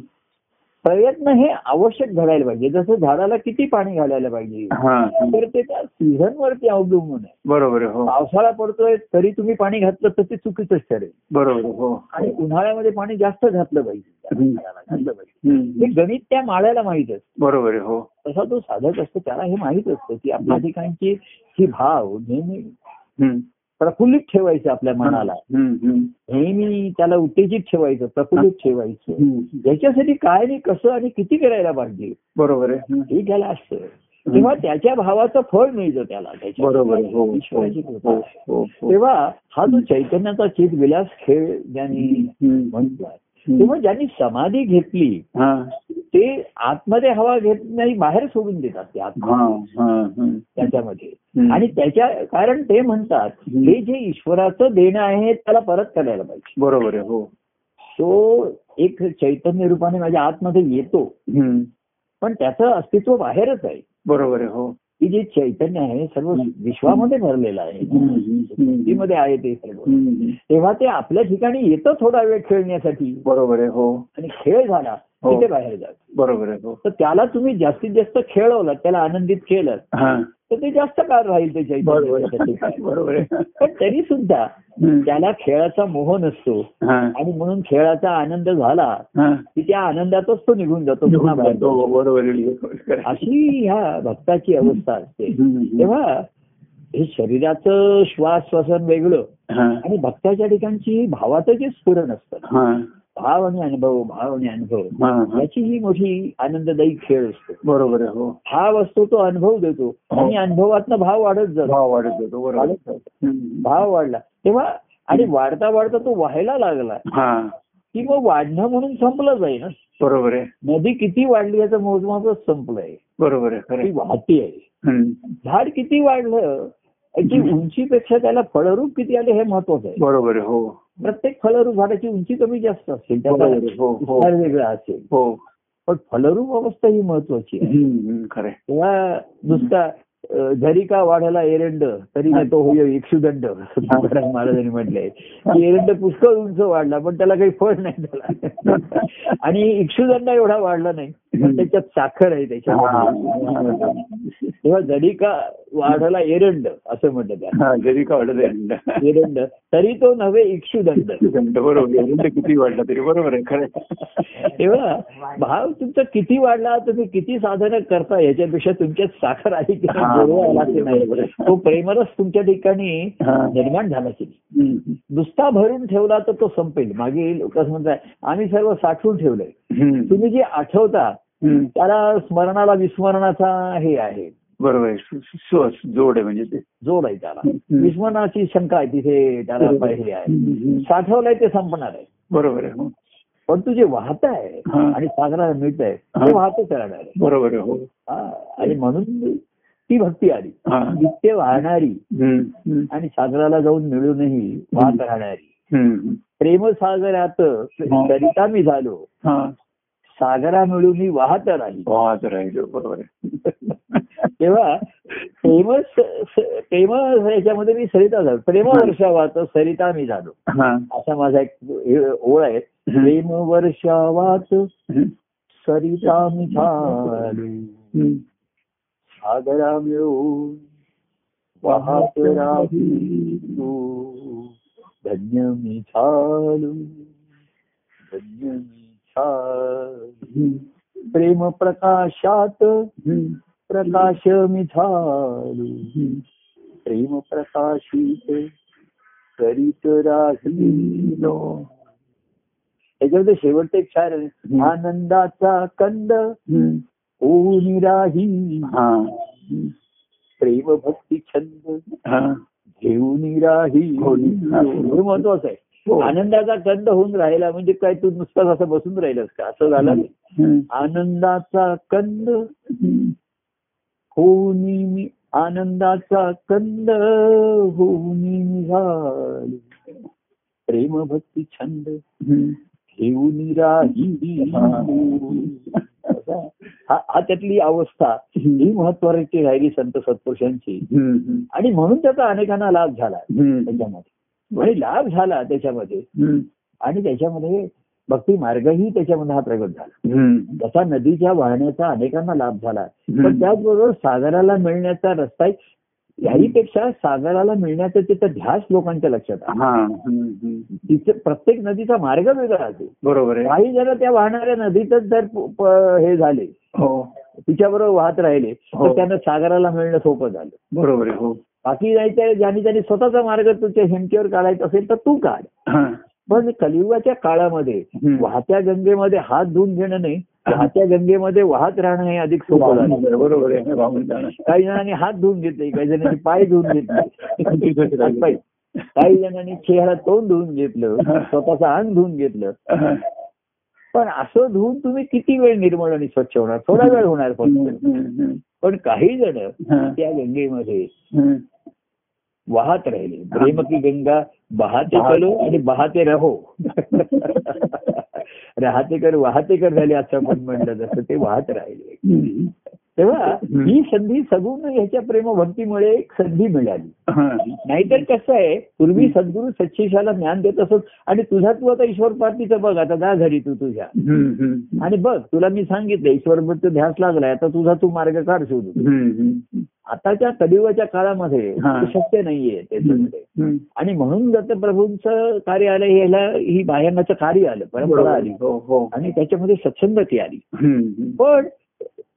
प्रयत्न हे आवश्यक घडायला पाहिजे जसं झाडाला किती पाणी घालायला पाहिजे
हा
तर ते त्या सीझन वरती अवलंबून आहे
बरोबर आहे, हो
पावसाळा पडतोय तरी तुम्ही पाणी घातलं तर ते चुकीचंच ठरेल
बरोबर आहे, हो
आणि उन्हाळ्यामध्ये पाणी जास्त घातलं पाहिजे
हम्म.
झाडाला घातलं पाहिजे
हम्म.
हे गणित त्या माळ्याला माहीत असतं
बरोबर आहे, हो
तसा तो साधक असतो त्याला हे माहीत असतं की आपल्या
हम्म.
ठिकाणची हे भाव नेहमी
हम्म.
प्रफुल्लित ठेवायचं आपल्या मनाला
हम्म, हम्म.
नेहमी त्याला उत्तेजित ठेवायचं प्रफुल्लित ठेवायचं
हम्म.
याच्यासाठी काय आणि कसं आणि किती करायला पाहिजे
बरोबर आहे हम्म.
हे त्याला असतं तेव्हा त्याच्या भावाचं फळ मिळतं त्याला त्याच्या
बरोबर आहे, हो
ईश्वराची कृपा
हो,
आहे.
हो, हो.
तेव्हा हा जो चैतन्याचा चितविलास खेळ ज्यांनी
हम्म.
म्हणतात तेव्हा ज्यांनी समाधी घेतली
हा,
ते आतमध्ये हवा घेत नाही बाहेर सोडून देतात ते आत
हा, हा, हम्म.
त्याच्यामध्ये
हम्म.
आणि त्याच्या कारण ते म्हणतात
हम्म.
हे जे ईश्वराचं देणं आहे त्याला परत करायला पाहिजे
बरोबर आहे हो
तो एक चैतन्य रूपाने माझ्या आतमध्ये येतो
हम्म.
पण त्याचं अस्तित्व बाहेरच आहे
बरोबर आहे हो
की जे चैतन्य आहे सर्व
हम्म.
विश्वामध्ये भरलेलं आहे
हम्म.
मध्ये आहे ते सर्व
हम्म.
तेव्हा ते आपल्या ठिकाणी येतं थोडा वेळ खेळण्यासाठी
बरोबर आहे हो
आणि खेळ झाला
हो.
की ते बाहेर जात
बरोबर आहे हो
तर त्याला तुम्ही जास्तीत जास्त खेळवलं त्याला आनंदित केलं
हा
तर ते जास्त काळ राहील ते
बरोबर
चैतन्य त्याच्या
आहे.
ठिकाणी.
बरोबर आहे
पण तरी सुद्धा
हम्म.
त्याला खेळाचा मोह नसतो
हा
आणि म्हणून खेळाचा आनंद झाला
हा
की त्या आनंदातच तो निघून जातो पुन्हा
हो,
बाहेर जातो.
बरोबर आहे
अशी ह्या भक्ताची अवस्था असते
हम्म.
तेव्हा हे शरीराचं श्वास श्वसन वेगळं
हा
आणि भक्ताच्या ठिकाणची भावाचं जे स्फुरण असतं
हा
भाव आणि अनुभव भाव आणि अनुभव
हा हा.
याची ही मोठी आनंददायी खेळ असतो
बरोबर आहे हो
भाव असतो तो अनुभव देतो आणि अनुभवातनं भाव वाढत जातो
भाव वाढत होतो बरोबर
हो. वाढत जातो.
हम्म.
भाव वाढला तेव्हा आणि वाढता वाढता तो व्हायला लागला
हा
की मग वाढणं म्हणून संपलं जाईल ना
बरोबर आहे
नदी किती वाढली याचं मोजमापच संपलंय
बरोबर आहे खरं
ती
आहे.
वाहतीये
हम्म.
झाड किती वाढलं याची उंचीपेक्षा त्याला फळरूप किती आले हे महत्वाचं आहे
बरोबर आहे हो
प्रत्येक फळरूप झाडाची उंची कमी जास्त असेल त्याचा
बरोबर आहे. हो हो
झाड वेगळा असेल
हो
पण फलरूप अवस्था ही महत्वाची आहे
हम्म, हम्म, खरं आहे.
तेव्हा नुसता अ, जरी का वाढला एरंड तरी ना तो होय इक्षुदंड तुकाराम महाराजांनी म्हटलंय की एरंड पुष्कळ उंच वाढला पण त्याला काही फळ नाही त्याला आणि इक्षुदंड एवढा वाढला नाही पण त्याच्यात साखर आहे त्याच्यात
हा.
तेव्हा जरी का वाढला एरंड असं म्हटलं त्या
हा, जरी का वाढत आहे
एरंड तरी तो नव्हे इक्षुदंड
दंड बरोबर आहे. दंड किती वाढला तरी बरोबर आहे खरं आहे.
तेव्हा भाव तुमचा किती वाढला तुम्ही किती साधनं करता याच्यापेक्षा तुमच्यात साखर आली की
हा.
नाही, गोडवा आला की
बरोबर
नाही
आहे.
तो प्रेमरस तुमच्या ठिकाणी
हा.
निर्माण झाला की नाही.
हम्म,
नुसता भरून ठेवला तर तो संपेल मागे लोक म्हणतात आम्ही सर्व साठवून ठेवलंय
हम्म,
तुम्ही जे आठवता
हम्म.
त्याला स्मरणाला विस्मरणाचा हे आहे
बरोबर आहे सु- सु- सु- जोड आहे म्हणजे ते
जोर आहे त्याला
हम्म.
विस्मरणाची शंका आहे तिथे त्याला
बरोबर.
हे आहे
हम्म, हम्म.
साठवलंय ते संपणार आहे
बरोबर आहे हो
पण तू जे वाहत आहे
हा.
आणि सागराला मिळत आहे
हा.
ते वाहतच राहणार आहे
बरोबर आहे हो
हा. आणि म्हणून ती भक्ती आली
हा.
नित्य वाहणारी
हम्म, हम्म,
आणि सागराला जाऊन मिळूनही वाहत राहणारी
हम्म.
प्रेमसागरात सरिता मी झालो
हा
सागरा मिळून वाहत राहिली
वाहत राहिलो बरोबर आहे (laughs)
तेव्हा प्रेम प्रेम याच्यामध्ये मी सरिता झालो प्रेम वर्षावात सरिता मी झालो
हा
असा माझा एक हे- ओळ आहे प्रेम वर्षावात
हम्म,
सरिता मी झालो
हम्म.
सागरा मिळून वाहत राहिली तू धन्य मी झालो धन्य मी झालो
हम्म,
प्रेम प्रकाशात
हम्म,
प्रकाश मी झालो
हम्म.
प्रेम प्रकाशित करीत राहिली
लिलो.
त्याच्यामध्ये शेवटचं एक शार आहे आनंदाचा कंद
हम्म,
ओनी राही
हा हम्म,
प्रेम भक्ती छंद
हा
घेऊन राही
घेऊनी राही.
हे महत्वाचं आहे
हो.
आनंदाचा कंद होऊन राहिला म्हणजे काय तू नुसताच असं बसून राहिलास का असं झालं नाही.
हम्म,
आनंदाचा कंद
हम्म.
होऊन मी आनंदाचा कंद होऊन मी झालो प्रेम भक्ती छंद
हम्म.
घेऊन राही हा हा त्यातली अवस्था ही महत्वाची राहिली संत सत्पुरुषांची
हम्म, हम्म.
आणि म्हणून त्याचा अनेकांना लाभ झाला म्हणजे
हम्म,
त्याच्यामध्ये आणि लाभ झाला त्याच्यामध्ये
हम्म.
आणि त्याच्यामध्ये भक्ती मार्गही त्याच्यामध्ये हा प्रगट झाला
हम्म.
जसा नदीच्या वाहण्याचा अनेकांना लाभ झाला पण
हम्म.
त्याचबरोबर सागराला मिळण्याचा रस्ता याहीपेक्षा सागराला मिळण्याचा त्याचा ध्यास लोकांच्या लक्षात आला
हा हम्म, हम्म.
तिथे प्रत्येक नदीचा मार्ग वेगळा असेल
बरोबर आहे
काही जर त्या वाहणाऱ्या नदीतच जर प- प- हे झाले
हो
तिच्याबरोबर वाहत राहिले
हो.
तर त्यांना सागराला मिळणं सोपं झालं
बरोबर आहे हो
बाकी जायचं ज्याने त्याने स्वतःचा मार्ग तुझ्या हिमतीवर काढायचा असेल तर तू काढ
हा.
पण कलियुगाच्या काळामध्ये
हम्म.
वाहत्या गंगेमध्ये हात धुवून घेणं नाही
हा.
वाहत्या गंगेमध्ये वाहत राहणं हे अधिक सोपं झालं
बरोबर आहे वाहून जाणं.
काही जणांनी हात धुवून घेतले काही जणांनी पाय धुवून घेतले हातपाय. काही जणांनी चेहरा तोंड धुवून घेतलं स्वतःचं अंग धुवून घेतलं पण असं धुवून तुम्ही किती वेळ निर्मळ आणि स्वच्छ होणार थोडा वेळ होणार फक्त
हम्म, हम्म,
पण काही जण
हम्म.
त्या गंगेमध्ये
हम्म.
वाहत राहिले प्रेम की गंगा बहाते चलो आणि बहाते रहो
(laughs)
राहते कर वाहते कर झाले असं आपण म्हणलं जसं ते वाहत राहिले
हम्म.
तेव्हा ही संधी सगुण ह्याच्या प्रेमभक्तीमुळे एक संधी मिळाली
हा.
नाहीतर कसं आहे पूर्वी सद्गुरू सच्चिशाला ज्ञान देत असत आणि तुझा तू आता ईश्वर पार्टीचं बघ आता जा घरी तू तुझ्या
हम्म, हम्म.
आणि बघ तुला मी सांगितलं ईश्वर ध्यास लागलाय आता तुझा तू मार्ग काढ शोधू
हम्म, हम्म.
आताच्या कलियुगाच्या काळामध्ये
हा.
ते शक्य नाहीये त्याच्यामध्ये
हम्म.
आणि म्हणून दत्तप्रभूंचं कार्य आलं याला ही भायंगाचं कार्य आलं परंपरा आली
हो हो
आणि त्याच्यामध्ये सत्संगती आली
हम्म, हम्म.
पण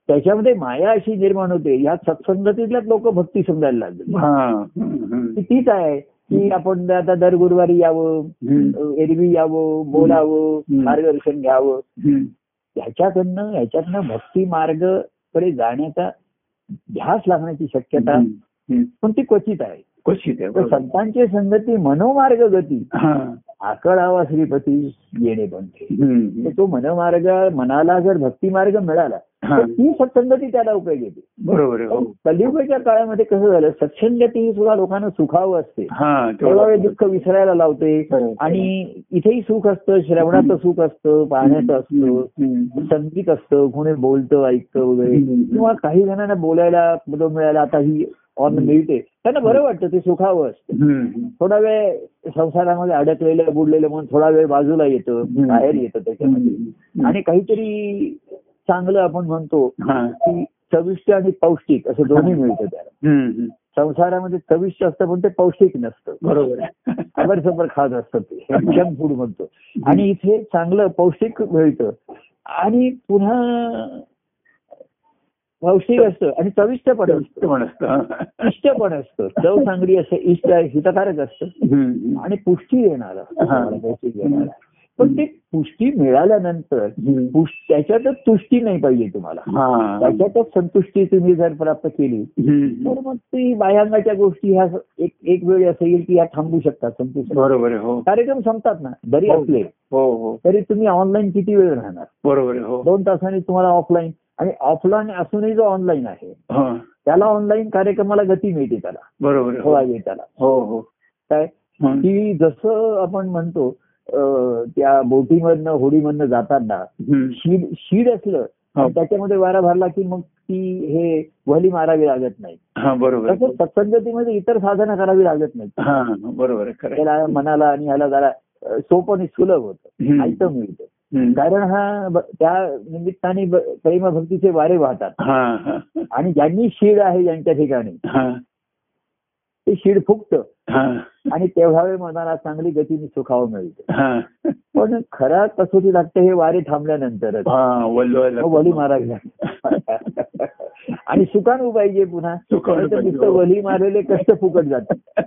त्याच्यामध्ये माया अशी निर्माण होते या सत्संगतीतल्याच लोक भक्ती समजायला लागली
हा. हम्म,
की
हम्म.
तीच आहे की आपण आता दर गुरुवारी यावं
हम्म,
एरवी यावं बोलावं
हम्म.
मार्गदर्शन घ्यावं
हम्म.
ह्याच्याकडनं ह्याच्यातनं भक्ती मार्ग कडे जाण्याचा ध्यास लागण्याची शक्यता
हम्म, हम्म.
पण ती क्वचित आहे
क्वचित आहे
तर
बरोबर.
संतांची संगती मनोमार्ग गती
हा.
आकळावा श्रीपती येणे बनते
हम्म,
तर
हम्म.
तो मनोमार्ग मनाला जर भक्ती मार्ग मिळाला
हा.
तर ती सत्संगती त्याला उपयोग येते
बरोबर आहे
पण
हो
कलियुगाच्या काळामध्ये कसं झालं सत्संगती ही सुद्धा लोकांना सुखावं असते
हा
थोडा वेळ
तेवढं
दुःख विसरायला लावते
खरं.
आणि इथेही सुख असतं श्रवणाचं सुख असतं पाहण्याचं असतं
हम्म,
संगीत असतं कोणी बोलतं ऐकतं वगैरे
हम्म.
किंवा काही जणांना बोलायला मुलं मिळायला आता ही ऑन मिळते त्यांना बरं वाटतं ते सुखावं असतं
हम्म.
थोडा वेळ संसारामध्ये अडकलेलं बुडलेलं म्हणून थोडा वेळ बाजूला येतं
हम्म.
बाहेर येतं त्याच्यामध्ये
हम्म.
आणि काहीतरी चांगलं आपण म्हणतो
हा.
की चविष्ट आणि पौष्टिक असं दोन्ही मिळतं त्याला
हम्म, हम्म.
संसारामध्ये चविष्ट असतं पण ते पौष्टिक नसतं
बरोबर आहे.
खबर सबर खात असतात ते जंक फूड म्हणतो आणि इथे चांगलं पौष्टिक मिळतं आणि पुन्हा पौष्टिक असतं आणि चविष्ट पण असतं
पण असतं.
इष्ट पण असतं चव चांगली असते इष्ट हितकारक असतं
हम्म.
आणि पुष्टी देणार
हा.
पण ते पुष्टी मिळाल्यानंतर
हम्म.
पुष- त्याच्यातच तुष्टी नाही पाहिजे तुम्हाला
हा.
त्याच्यातच संतुष्टी तुम्ही जर प्राप्त केली
हम्म.
तर मग ती बाह्यांगाच्या गोष्टी ह्या स- एक एक वेळ असं येईल की ह्या थांबू शकतात संपू शकतात
बरोबर आहे हो
कार्यक्रम संपतात ना जरी
हो.
असले
हो हो
तरी तुम्ही ऑनलाईन किती वेळ राहणार
बरोबर आहे हो
दोन तासांनी तुम्हाला ऑफलाईन आणि ऑफलाईन असूनही जो ऑनलाईन आहे
हा.
त्याला ऑनलाईन कार्यक्रमाला गती मिळते त्याला
बरोबर आहे
थोडा
हो.
वेळ त्याला
हो हो
काय
हम्म.
की जसं आपण म्हणतो अं, त्या बोटीमधनं होडीमधनं जाताना
हम्म.
शीड शीड असलं
हो.
आणि त्याच्यामध्ये वारा भरला की मग ती हे वली मारावी लागत नाही
हा बरोबर आहे.
तसं सत्संगतीमध्ये इतर साधनं करावी लागत नाही
हा बरोबर आहे खरं आहे.
त्याला मनाला आणि ह्याला जरा अं, सोपं आणि सुलभ होतं
हम्म.
ऐकतं मिळतं
हम्म.
कारण हा ब- त्या निमित्ताने ब- प्रेमभक्तीचे वारे वाहतात
हा हा
आणि ज्यांनी शीड आहे ज्यांच्या ठिकाणी
हा
ते शीड फुकतं
हा
आणि तेवढा वेळ मनाला चांगली गतीने सुखावं मिळते
हा
पण खरा कसोटी लागते हे वारे थांबल्यानंतरच
हा वल्लवायला
मग वली मारावी लागते आणि सुकाणू पाहिजे पुन्हा
सुकाणू
नाहीतर
पाहिजे.
नुसतं वली मारलेले कष्ट फुकट जातात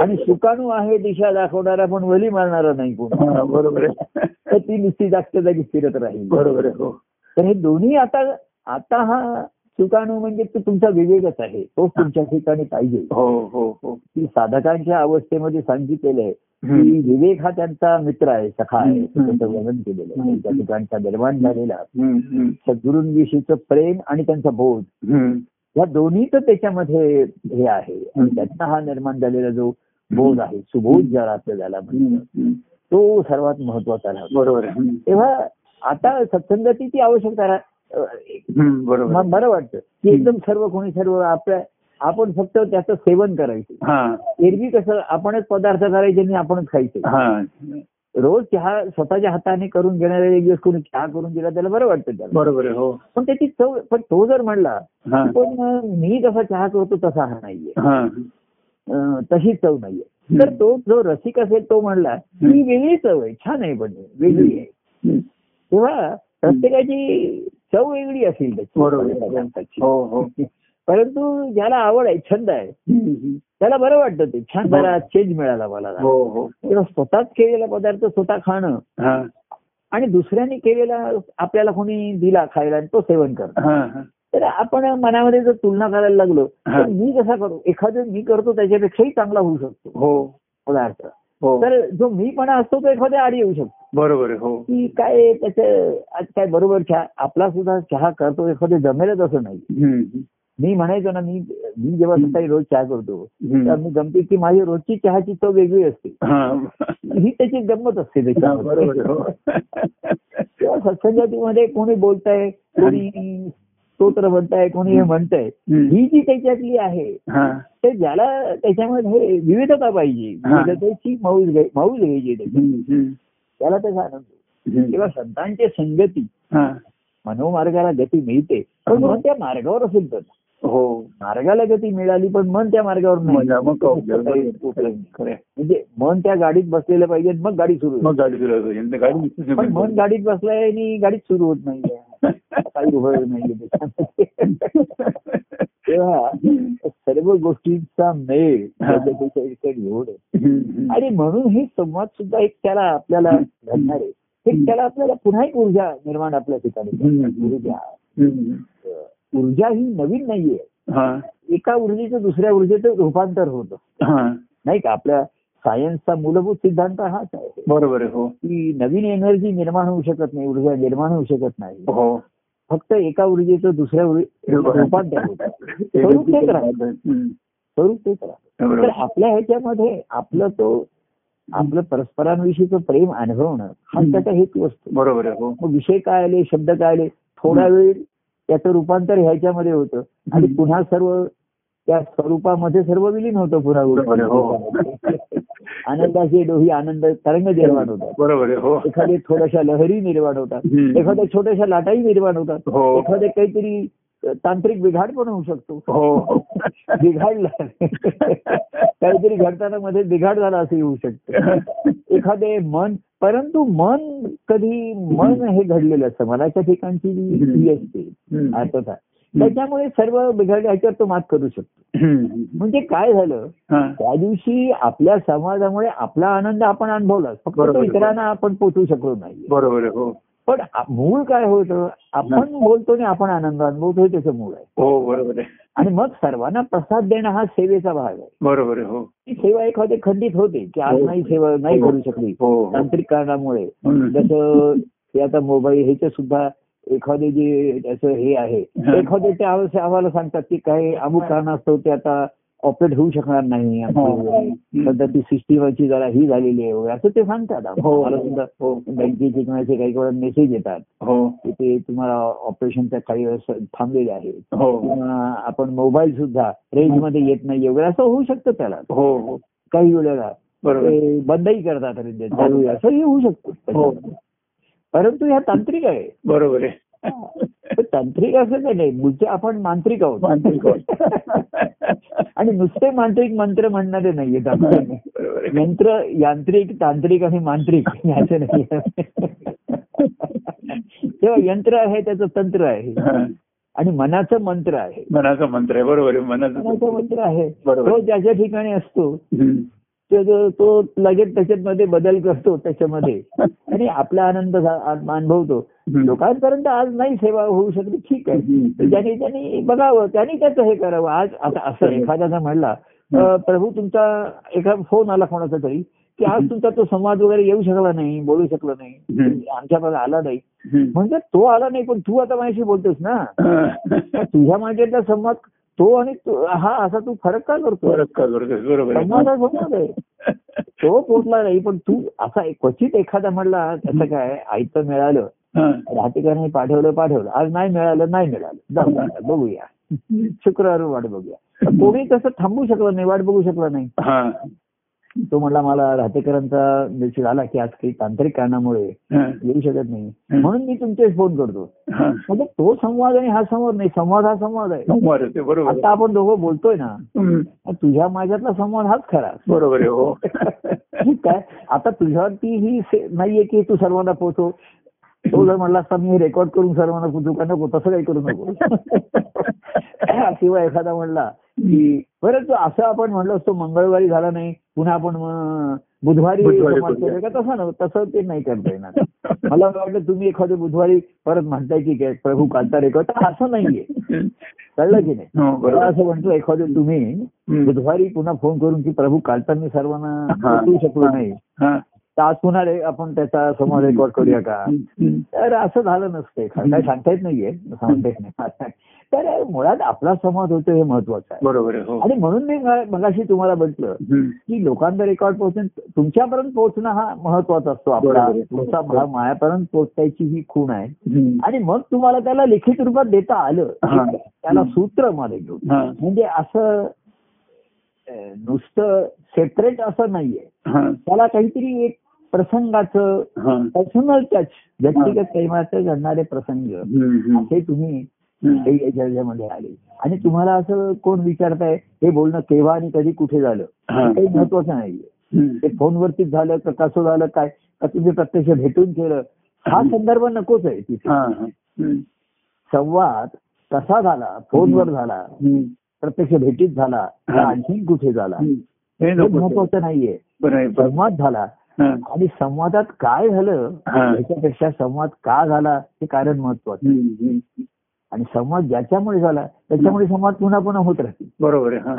आणि सुकाणू आहे दिशा दाखवणारा पण वली मारणारा नाही कोण
हा, बरोबर आहे
तर ती नुसती जागच्या जागी फिरत राहील
बरोबर आहे हो
तर हे दोन्ही आता आता हा सुकाणू म्हणजे तो तुमचा विवेकच आहे तोच तुमच्या ठिकाणी पाहिजे
हो हो हो
की साधकांच्या अवस्थेमध्ये सांगितलेलं आहे की
हम्म.
विवेक हा त्यांचा मित्र आहे सखा आहे
हम्म.
असं त्याचं वर्णन केलेलं आहे
हम्म.
त्यांच्या ठिकाणचा निर्माण झालेला
हम्म, हम्म,
सद्गुरूंविषयीचं प्रेम आणि त्यांचा बोध
हम्म.
या दोन्हीच त्याच्यामध्ये हे आहे आणि
हम्म.
त्यातनं हा निर्माण झालेला जो बोध आहे सुबोध ज्याला आपल्या झाला
हम्म, हम्म.
तो सर्वात महत्वाचा राहतो
बरोबर आहे हम्म.
तेव्हा आता सत्संगतीची आवश्यकता रा- अं,
हम्म, बरोबर
मला बरं वाटतं की एकदम सर्व कोणी सर्व आपल्या आपण फक्त त्याचं सेवन करायचं
हा
एरवी कसं आपणच पदार्थ करायचे आणि आपणच खायचे
हा
रोज चहा स्वतःच्या हाताने करून घेणाऱ्या एक दिवस कोणी चहा करून दिला त्याला बरं वाटतं त्याला
बरोबर आहे हो
पण त्याची चव पण तो जर म्हणला
हा
पण मी जसा चहा करतो तसा हा नाहीये
हा
अं, तशी चव नाहीये तर तो जो रसिक असेल तो म्हणला ही वेगळी चव आहे छान आहे पण वेगळी आहे
हम्म.
तेव्हा प्रत्येकाची चव वेगळी असेल त्याची
बरोबर.
पदार्थाची.
हो हो
परंतु ज्याला आवड आहे छंद आहे
हम्म, हम्म.
त्याला बरं वाटतं ते छान
हो.
जरा चेंज मिळाला मला
हो हो
तेव्हा स्वतःच केलेला पदार्थ स्वतः खाणं
हा
आणि दुसऱ्यांनी केलेला आपल्याला कोणी दिला खायला आणि तो सेवन करणं
हा हा
तर आपण मनामध्ये जर तुलना करायला लागलो
हा.
तर मी कसा करू एखादं मी करतो त्याच्यापेक्षाही चांगला होऊ शकतो
हो
पदार्थ
हो
तर जो मीपणा असतो तो एखाद्या आड येऊ शकतो
बरोबर आहे हो
की काय त्याचं आज काय बरोबर चहा आपला सुद्धा चहा करतो एखादं जमेलच असं नाही
हम्म, हम्म,
मी म्हणायचो ना मी मी जेव्हा सकाळी रोज चहा करतो
हम्म.
तर मी गमते की माझी रोजची चहाची चव वेगळी असते
हा
ही त्याची गंमत असते
हा,
त्याच्यामध्ये.
बरोबर आहे, हो
तेव्हा सत्संगातीमध्ये कोणी बोलताय कोणी स्तोत्र म्हणताय कोणी हे म्हणताय
हम्म.
ही जी त्याच्यातली आहे
हा
तर ज्याला त्याच्यामध्ये विविधता पाहिजे
हा.
विविधतेची मौज घ्याय- मौज घ्यायची त्याची
हम्म, हम्म,
त्याला त्याचा आनंद
हम्म.
किंवा संतांची संगती
हा
मनोमार्गाला गती मिळते पण मन त्या मार्गावर असेल तर
हो
मार्गाला गती मिळाली पण मन त्या मार्गावर नाही
मजा मग काय उपयोग?
काही उपयोग नाही.
खरं आहे.
म्हणजे मन त्या गाडीत बसलेलं पाहिजे मग गाडी सुरू होईल.
मग गाडी फिरवायला पाहिजे आणि ते गाडी नुसतीच
पण मन
फिरते.
गाडीत बसलंय आणि गाडीत सुरू होत नाहीये काही उपयोग नाहीये
(laughs)
तेव्हा सर्व गोष्टींचा मेळ
हा.
एवढं
हम्म, हम्म.
आणि म्हणून हे संवाद सुद्धा एक त्याला आपल्याला घडणार आहे एक त्याला आपल्याला पुन्हा एक ऊर्जा निर्माण आपल्या ठिकाणी
हम्म.
ऊर्जा
हम्म.
ऊर्जा ही नवीन नाहीये
हा
एका ऊर्जेचं दुसऱ्या ऊर्जेचं रूपांतर होतं
हा
नाही का आपल्या सायन्सचा मूलभूत सिद्धांत हाच आहे
बरोबर आहे हो
की नवीन एनर्जी निर्माण होऊ शकत नाही ऊर्जा निर्माण होऊ शकत नाही
हो
फक्त एका ऊर्जेचं दुसऱ्या ऊर्जे- रूपांतर होतं स्वरूप तेच राहतं.
हम्म.
स्वरूप तेच राहतं.
बरोबर
तर आपल्या ह्याच्यामध्ये आपलं तो आपलं परस्परांविषयीचं प्रेम अनुभवणं हा
हम्म.
त्याचा हेतू असतो
बरोबर आहे हो
मग विषय काय आले शब्द काय आले थोडा वेळ त्याचं रूपांतर ह्याच्यामध्ये होतं आणि
हम्म.
पुन्हा सर्व त्या स्वरूपामध्ये सर्व विलीन होतं पुन्हा
बरोबर आहे,
ऊर्जा. आनंदाचे डोही आनंद तरंग निर्माण होतात
बरोबर आहे हो
एखाद्या थोड्याशा लहरी निर्माण होतात
हम्म.
एखाद्या छोट्याशा लाटाही निर्माण होतात
हो
एखादे काहीतरी अ, तांत्रिक बिघाड पण होऊ शकतो
हो (laughs)
बिघाडला काहीतरी घडताना मध्ये बिघाड झाला असं होऊ शकतं एखादे मन परंतु मन कधी मन हे घडलेलं असतं मनाच्या ठिकाणची जी ही असते
हम्म.
अर्थता त्याच्यामुळे सर्व बिघाड्याच्यावर तो मात करू शकतो
हम्म.
म्हणजे काय झालं
हा.
त्या दिवशी आपल्या संवादामुळे आपला आनंद आपण अनुभवलाच फक्त तो
बरोबर.
इतरांना आपण पोचू शकलो नाही
बरोबर आहे हो
पण आ- मूळ काय होतं आपण बोलतो आणि आपण आनंद अनुभवतो हे त्याचं मूळ आहे
हो बरोबर आहे
आणि मग सर्वांना प्रसाद देणं हा सेवेचा भाग आहे
बरोबर आहे हो
ही सेवा एखादी खंडित होते की आज
हो.
नाही सेवा नाही
हो.
करू शकली
हो हो.
तांत्रिक कारणामुळे
हम्म.
जसं हे आता मोबाईल ह्याचे सुद्धा एखादे जे त्याचं हे आहे
हा.
एखादे ते आम्हाला आम्हाला सांगतात की काही अमुक कारणास्तव ते आता ऑपरेट होऊ शकणार नाही आमचं.
हो. हम्म.
सध्या ती सिस्टीमची जरा ही झालेली आहे वगैरे असं ते सांगतात
हो.
आम्हाला सुद्धा
हो
बँकेचे किंवा असे काही वेळा मेसेज येतात
हो
की ते तुम्हाला ऑपरेशनच्या काही वेळेस थांबलेले आहे
हो
किंवा आपण मोबाईल सुद्धा रेंज मध्ये येत नाही वगैरे असं होऊ शकतं त्याला
हो हो
काही वेळेला
बरोबर आहे.
ते बंदही करतात रेंज
हो.
चालू आहे. असंही होऊ शकतं
हो
त्याच्यामध्ये. परंतु ह्या तांत्रिक
(laughs)
आहे
बरोबर आहे
तर तांत्रिक असं काही नाही मुळचे आपण मांत्रिक
मांत्रिक
आहोत (laughs) आणि नुसते मांत्रिक मंत्र म्हणणारे नाहीयेत आपण
बरोबर आहे.
यंत्र यांत्रिक तांत्रिक आणि मांत्रिक याचं नाही तेव्हा यंत्र आहे त्याचं तंत्र आहे
हा.
आणि मनाचं मंत्र आहे
मनाचा मंत्र आहे बरोबर आहे
मनाचं
मनाचा
मंत्र आहे
बरोबर.
तो ज्याच्या ठिकाणी असतो
हम्म.
तो- तो- तो लगेच त्याच्यामध्ये बदल करतो त्याच्यामध्ये आणि आपला आनंद झा- आ- अनुभवतो
हम्म.
लोकांपर्यंत आज नाही सेवा होऊ शकली ठीक आहे
हम्म.
तर ज्याने त्यांनी बघावं त्याने त्याचं हे करावं आज आता असं एखादा जर म्हणला अं, प्रभू तुमचा एका फोन आला कोणाचा तरी की आज तुमचा तो संवाद वगैरे येऊ शकला नाही बोलू शकला नाही
हम्म.
आमच्याकडे आला नाही
हम्म.
म्हणजे तो आला नाही पण तू आता माझ्याशी बोलतोस ना
हा.
तुझ्या माझ्यातला संवाद तो आणि तू- हा असा तू फरक का करतो
फरक का करतोस बरोबर
संवाद
आहे
हा संवाद आहे तो पोचला नाही पण तू असा एक- क्वचित एखादा म्हणला असं काय आयतं मिळालं
हा.
राहतेकरांनी पाठवलं पाठवलं आज नाही मिळालं नाही मिळालं जाऊ दे आता, बघूया शुक्रवार वाट बघूया कोणी तसं थांबू शकलं नाही वाट बघू शकला नाही
हा
तो म्हणला मला राहतेकरांचा मेसेज आला की आज काही तांत्रिक कारणामुळे येऊ शकत नाही म्हणून मी तुमचे फोन करतो
हा.
म्हणजे तो संवाद आणि हा संवाद नाही संवाद हा संवाद आहे
सोमवार होते बरोबर
आता आपण दोघं बोलतोय ना
हम्म.
तुझ्या माझ्यातला संवाद हाच खरा
बरोबर आहे हो
ठीक आहे आता तुझ्यावरती ही से- नाहीये की तू सर्वांना पोहोचव तो जर म्हणला असता मी रेकॉर्ड करून सर्वांना पोहोचू का नको तसं काही करू (coughs) नको किंवा एखादा म्हणला की परंतु असं आपण म्हणलं असतो मंगळवारी झाला नाही पुन्हा आपण मग बुधवारी
बुधवारी
समाज
करूया.
करूया का तसं नव्ह- तसं ते नाही करता येणार मला वाटलं तुम्ही एखाद्या बुधवारी परत म्हणताय की काय प्रभू कालचा रेकॉर्ड तर असं नाहीये कळलं की नाही
हो
मला
बरोबर
असं म्हणतो एखाद्या तुम्ही
हम्म.
बुधवारी पुन्हा फोन करून की प्रभू कालचा मी सर्वांना
हा.
भेटू शकलो नाही
हा.
तर आज पुन्हा रे- आपण त्याचा समोर रेकॉर्ड करूया का
हम्म.
तर असं झालं नसतं एखादं. काय सांगता येत नाहीये सांगता येत नाही तर मुळात आपला संवाद होतो हे महत्वाचं आहे
बरोबर आहे हो
आणि म्हणून मी म- मगाशी तुम्हाला म्हटलं
हम्म.
की लोकांना रेकॉर्ड पोहोचून तुमच्यापर्यंत पोहोचणं हा महत्वाचा असतो आपला
बरोबर आहे.
तुमचा हा मायापर्यंत पोहोचायची ही खूण आहे
हम्म.
आणि मग तुम्हाला त्याला लिखित रूपात देता आलं
हा.
त्याला सूत्र मध्ये घेऊन
हा.
म्हणजे असं अं, नुसतं सेपरेट असं नाहीये
हा.
त्याला काहीतरी एक प्रसंगाचं
हा.
पर्सनल टच व्यक्तिगत प्रेमाचे घडणारे प्रसंग
हम्म. हम्म.
असे तुम्ही
हम्म.
काही याच्यामध्ये आले आणि तुम्हाला असं कोण विचारताय हे बोलणं केव्हा आणि कधी कुठे झालं
हा.
हे काही महत्वाचं नाहीये
हम्म.
ते फोनवरतीच झालं का कसं झालं काय का तुम्ही प्रत्यक्ष भेटून केलं हा संदर्भ नकोच आहे तिथे
हा. हा. हम्म.
संवाद कसा झाला फोनवर झाला
हम्म.
प्रत्यक्ष भेटीत झाला का
हा.
आणखीन कुठे झाला
हम्म. हे
हे
नको
महत्वाचं नाहीये
बरं आहे बरं.
संवाद झाला
हा.
आणि संवादात काय झालं
हा.
त्याच्यापेक्षा संवाद का झाला हे कारण महत्वाचं
हम्म. हम्म.
आणि संवाद ज्याच्यामुळे झाला त्याच्यामुळे संवाद पुन्हा पुन्हा होत राहतील
बरोबर आहे हा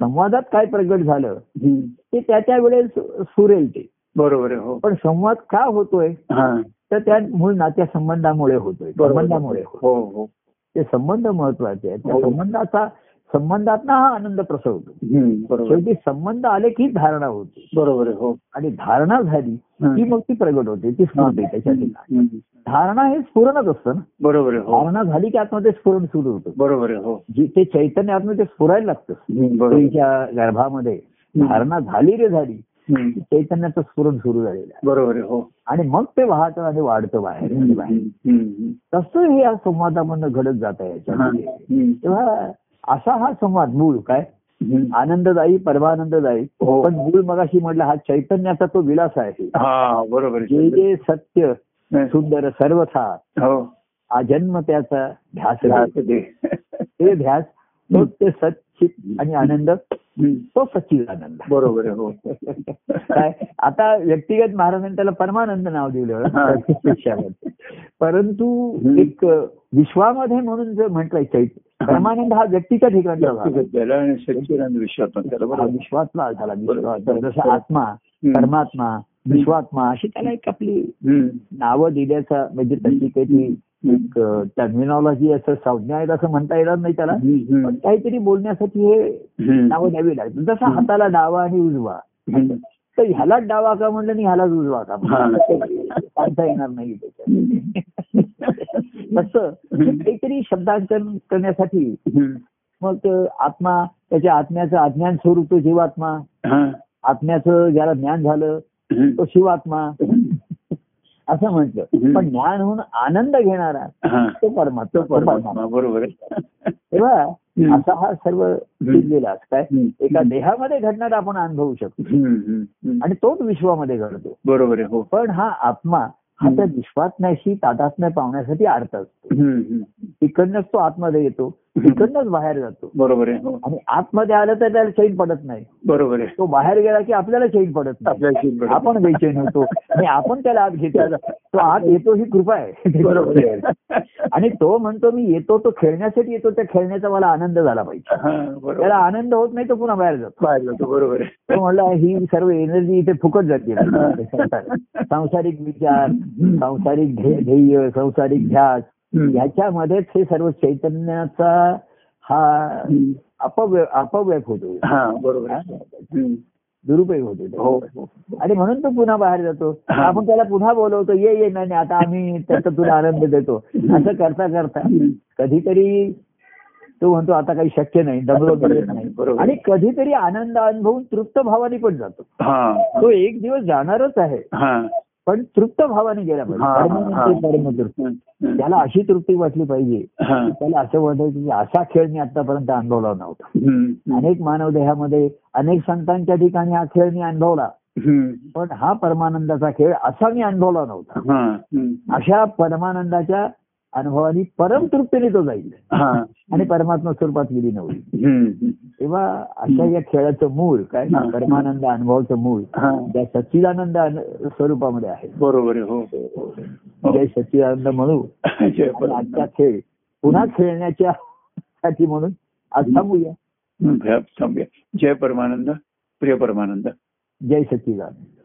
संवादात काय प्रगट झालं
हम्म.
ते त्या त्या वेळेस सुरेल ते
बरोबर आहे हो
पण संवाद का होतोय
हा
तर त्या मूळ नात्या संबंधामुळे होतोय
बरोबर.
संबंधामुळे होतोय.
हो हो
ते संबंध महत्वाचे आहेत त्या
हो.
संबंधाचा संबंधातनं हा आनंद प्रसवतो
हम्म. बरोबर
शेवटी संबंध आले की धारणा होते
बरोबर आहे हो
आणि धारणा झाली
हा.
की मग ती प्रगट होते ती स्फुरते त्याच्या ठिकाणी
हम्म.
धारणा हे स्फुरणच असतं ना
बरोबर आहे हो
भावना झाली की आतमध्ये स्फुरण सुरू होतं
बरोबर आहे हो
जी- ते चैतन्य आतमध्ये स्फुरायला लागतं
हम्म. बरोबर
स्त्रीच्या गर्भामध्ये धारणा झाली रे झाली की
हम्म.
चैतन्याचं स्फुरण सुरू झालेलं आहे
बरोबर आहे हो
आणि मग ते वाहतं आणि वाढतं बाहेर आणि
हम्म.
बाहेर
हम्म.
तसं हे या संवादामधनं घडत जात आहे
हा.
याच्यामध्ये
हम्म.
तेव्हा असा हा संवाद मूळ काय
हम्म.
आनंददायी परमानंददायी
हो.
पण मूळ मगाशी म्हटलं हा चैतन्याचा तो विलास आहे
हा बरोबर
जे
आहे
जे सत्य
हा.
सुंदर सर्वथा
हो
आजन्म त्याचा ध्यास राहतो
दे.
ते ध्यास तो ते सच्चित आणि आनंद
हम्म.
तो सच्चित आनंद
बरोबर आहे हो
काय आता व्यक्तिगत महाराजांनी त्याला परमानंद नाव दिलं
हा.
शिष्यामध्ये. परंतु
हम्म.
एक विश्वामध्ये म्हणून जर म्हटलंय चैत परमानंद हा व्यक्तीच्या ठिकाणचा भाग.
व्यक्तिगत द्यायला आणि सच्चिदानंद विश्वात पण त्याला
हा
बरोबर
विश्वातला झाला विश्वात
बरोबर.
जसं आत्मा
हम्म.
परमात्मा विश्वात्मा अशी त्याला एक आपली
हम्म.
नावं दिल्याचा म्हणजे तशी काही
हम्म.
टर्मिनॉलॉजी असं संज्ञा आहेत असं म्हणता येणार नाही त्याला
हम्म.
पण काहीतरी बोलण्यासाठी हे
हम्म.
नावं द्यावी लागतात जसा
हम्म.
हाताला डावा आणि उजवा
हम्म.
तर ह्यालाच डावा का म्हणलं आणि ह्यालाच उजवा का म्हणलं
हा.
सांगता येणार नाही त्याच्यात तसं
हम्म.
म्हणजे काहीतरी शब्दांकन करण्यासाठी
हम्म.
मग ते आत्मा त्याच्या आत्म्याचं अज्ञान स्वरूप तो जीवात्मा
हा.
आत्म्याचं ज्याला ज्ञान झालं
हम्म.
तो शिवात्मा असं म्हटलं
हम्म.
पण ज्ञान होऊन आनंद घेणारा
हा.
तो
तो
परमात्मा तो परमात्मा
परमात्मा बरोबर आहे
तेव्हा
हम्म.
असा हा सर्व शिजलेला काय
हम्म.
एका देहामध्ये घडणारा आपण अनुभवू शकतो
हम्म. हम्म. हम्म.
आणि तोच विश्वामध्ये घडतो
बरोबर आहे हो
पण हा आत्मा हा त्या विश्वात्म्याशी तादात्म्य पावण्यासाठी अर्थ असतो
हम्म. हम्म.
तिकडनंच तो आतमध्ये येतो तिकडनंच बाहेर जातो
बरोबर आहे हो
आणि आतमध्ये आला तर त्याला चैन पडत नाही
बरोबर आहे
तो बाहेर गेला की आपल्याला चैन पडत नाही
आपल्याशी बरोबर.
आपण बेचैन होतो आणि आपण त्याला आत घेतो तो आत येतो ही कृपा
बरोबर
आहे
आहे.
आणि तो म्हणतो मी येतो तो खेळण्यासाठी येतो त्या खेळण्याचा मला आनंद झाला पाहिजे
हा, बरोबर
त्याला आनंद होत नाही तो पुन्हा बाहेर जातो
पाहिलं तो बरोबर आहे
तो म्हणला ही सर्व एनर्जी इथे फुकट जाते
(laughs)
सांसारिक विचार सांसारिक ध्ये- ध्येय सांसारिक ध्यास
हम्म.
ह्याच्यामध्येच हे सर्व चैतन्याचा हा
हम्म.
अपव्य अपव्यय होतो
हा बरोबर आहे हम्म.
दुरुपयोग होतो
हो
त्याचा.
हो.
आणि म्हणून तो पुन्हा बाहेर जातो
हा.
आपण त्याला पुन्हा बोलवतो ये ये नाही नाही, आता आम्ही त्याचा तुला आनंद देतो असं करता करता
हम्म.
कधीतरी तो म्हणतो आता काही शक्य नाही दमलो
बरोबर.
गेलो नाही
बरोबर.
आणि कधीतरी आनंद अनुभवून तृप्त भावाने पण जातो
हा
तो एक दिवस जाणारच आहे
हा
पण तृप्त भावाने गेला
हा,
पाहिजे म्हणजे
हा, हा.
परमानंद परमतृप्त. त्याला अशी तृप्ती वाटली पाहिजे
हा.
त्याला असं वाटायचं की असा खेळ मी आतापर्यंत अनुभवला नव्हता
हम्म.
अनेक मानव देहामध्ये अनेक संतांच्या ठिकाणी हा खेळ मी अनुभवला
हम्म.
पण हा परमानंदाचा खेळ असा मी अनुभवला नव्हता
हा. हम्म.
अशा परमानंदाच्या अनुभवाने परम तृप्तीने तो जाईल
हा.
आणि परमात्मा स्वरूपात गेली नव्हती
हम्म.
तेव्हा अशा या खेळाचं मूळ काय
हा.
परमानंद अनुभवाचं मूळ
हा.
त्या सच्चिदानंद अन- स्वरूपामध्ये आहे
बरोबर आहे हो हो.
जय सच्चिदानंद म्हणू
जय
आणि आजचा
परमात्मा.
खेळ पुन्हा खेळण्याच्या साठी म्हणून आज थांबूया
हम्म. थांबूया. जय परमानंद प्रिय परमानंद
जय सच्चिदानंद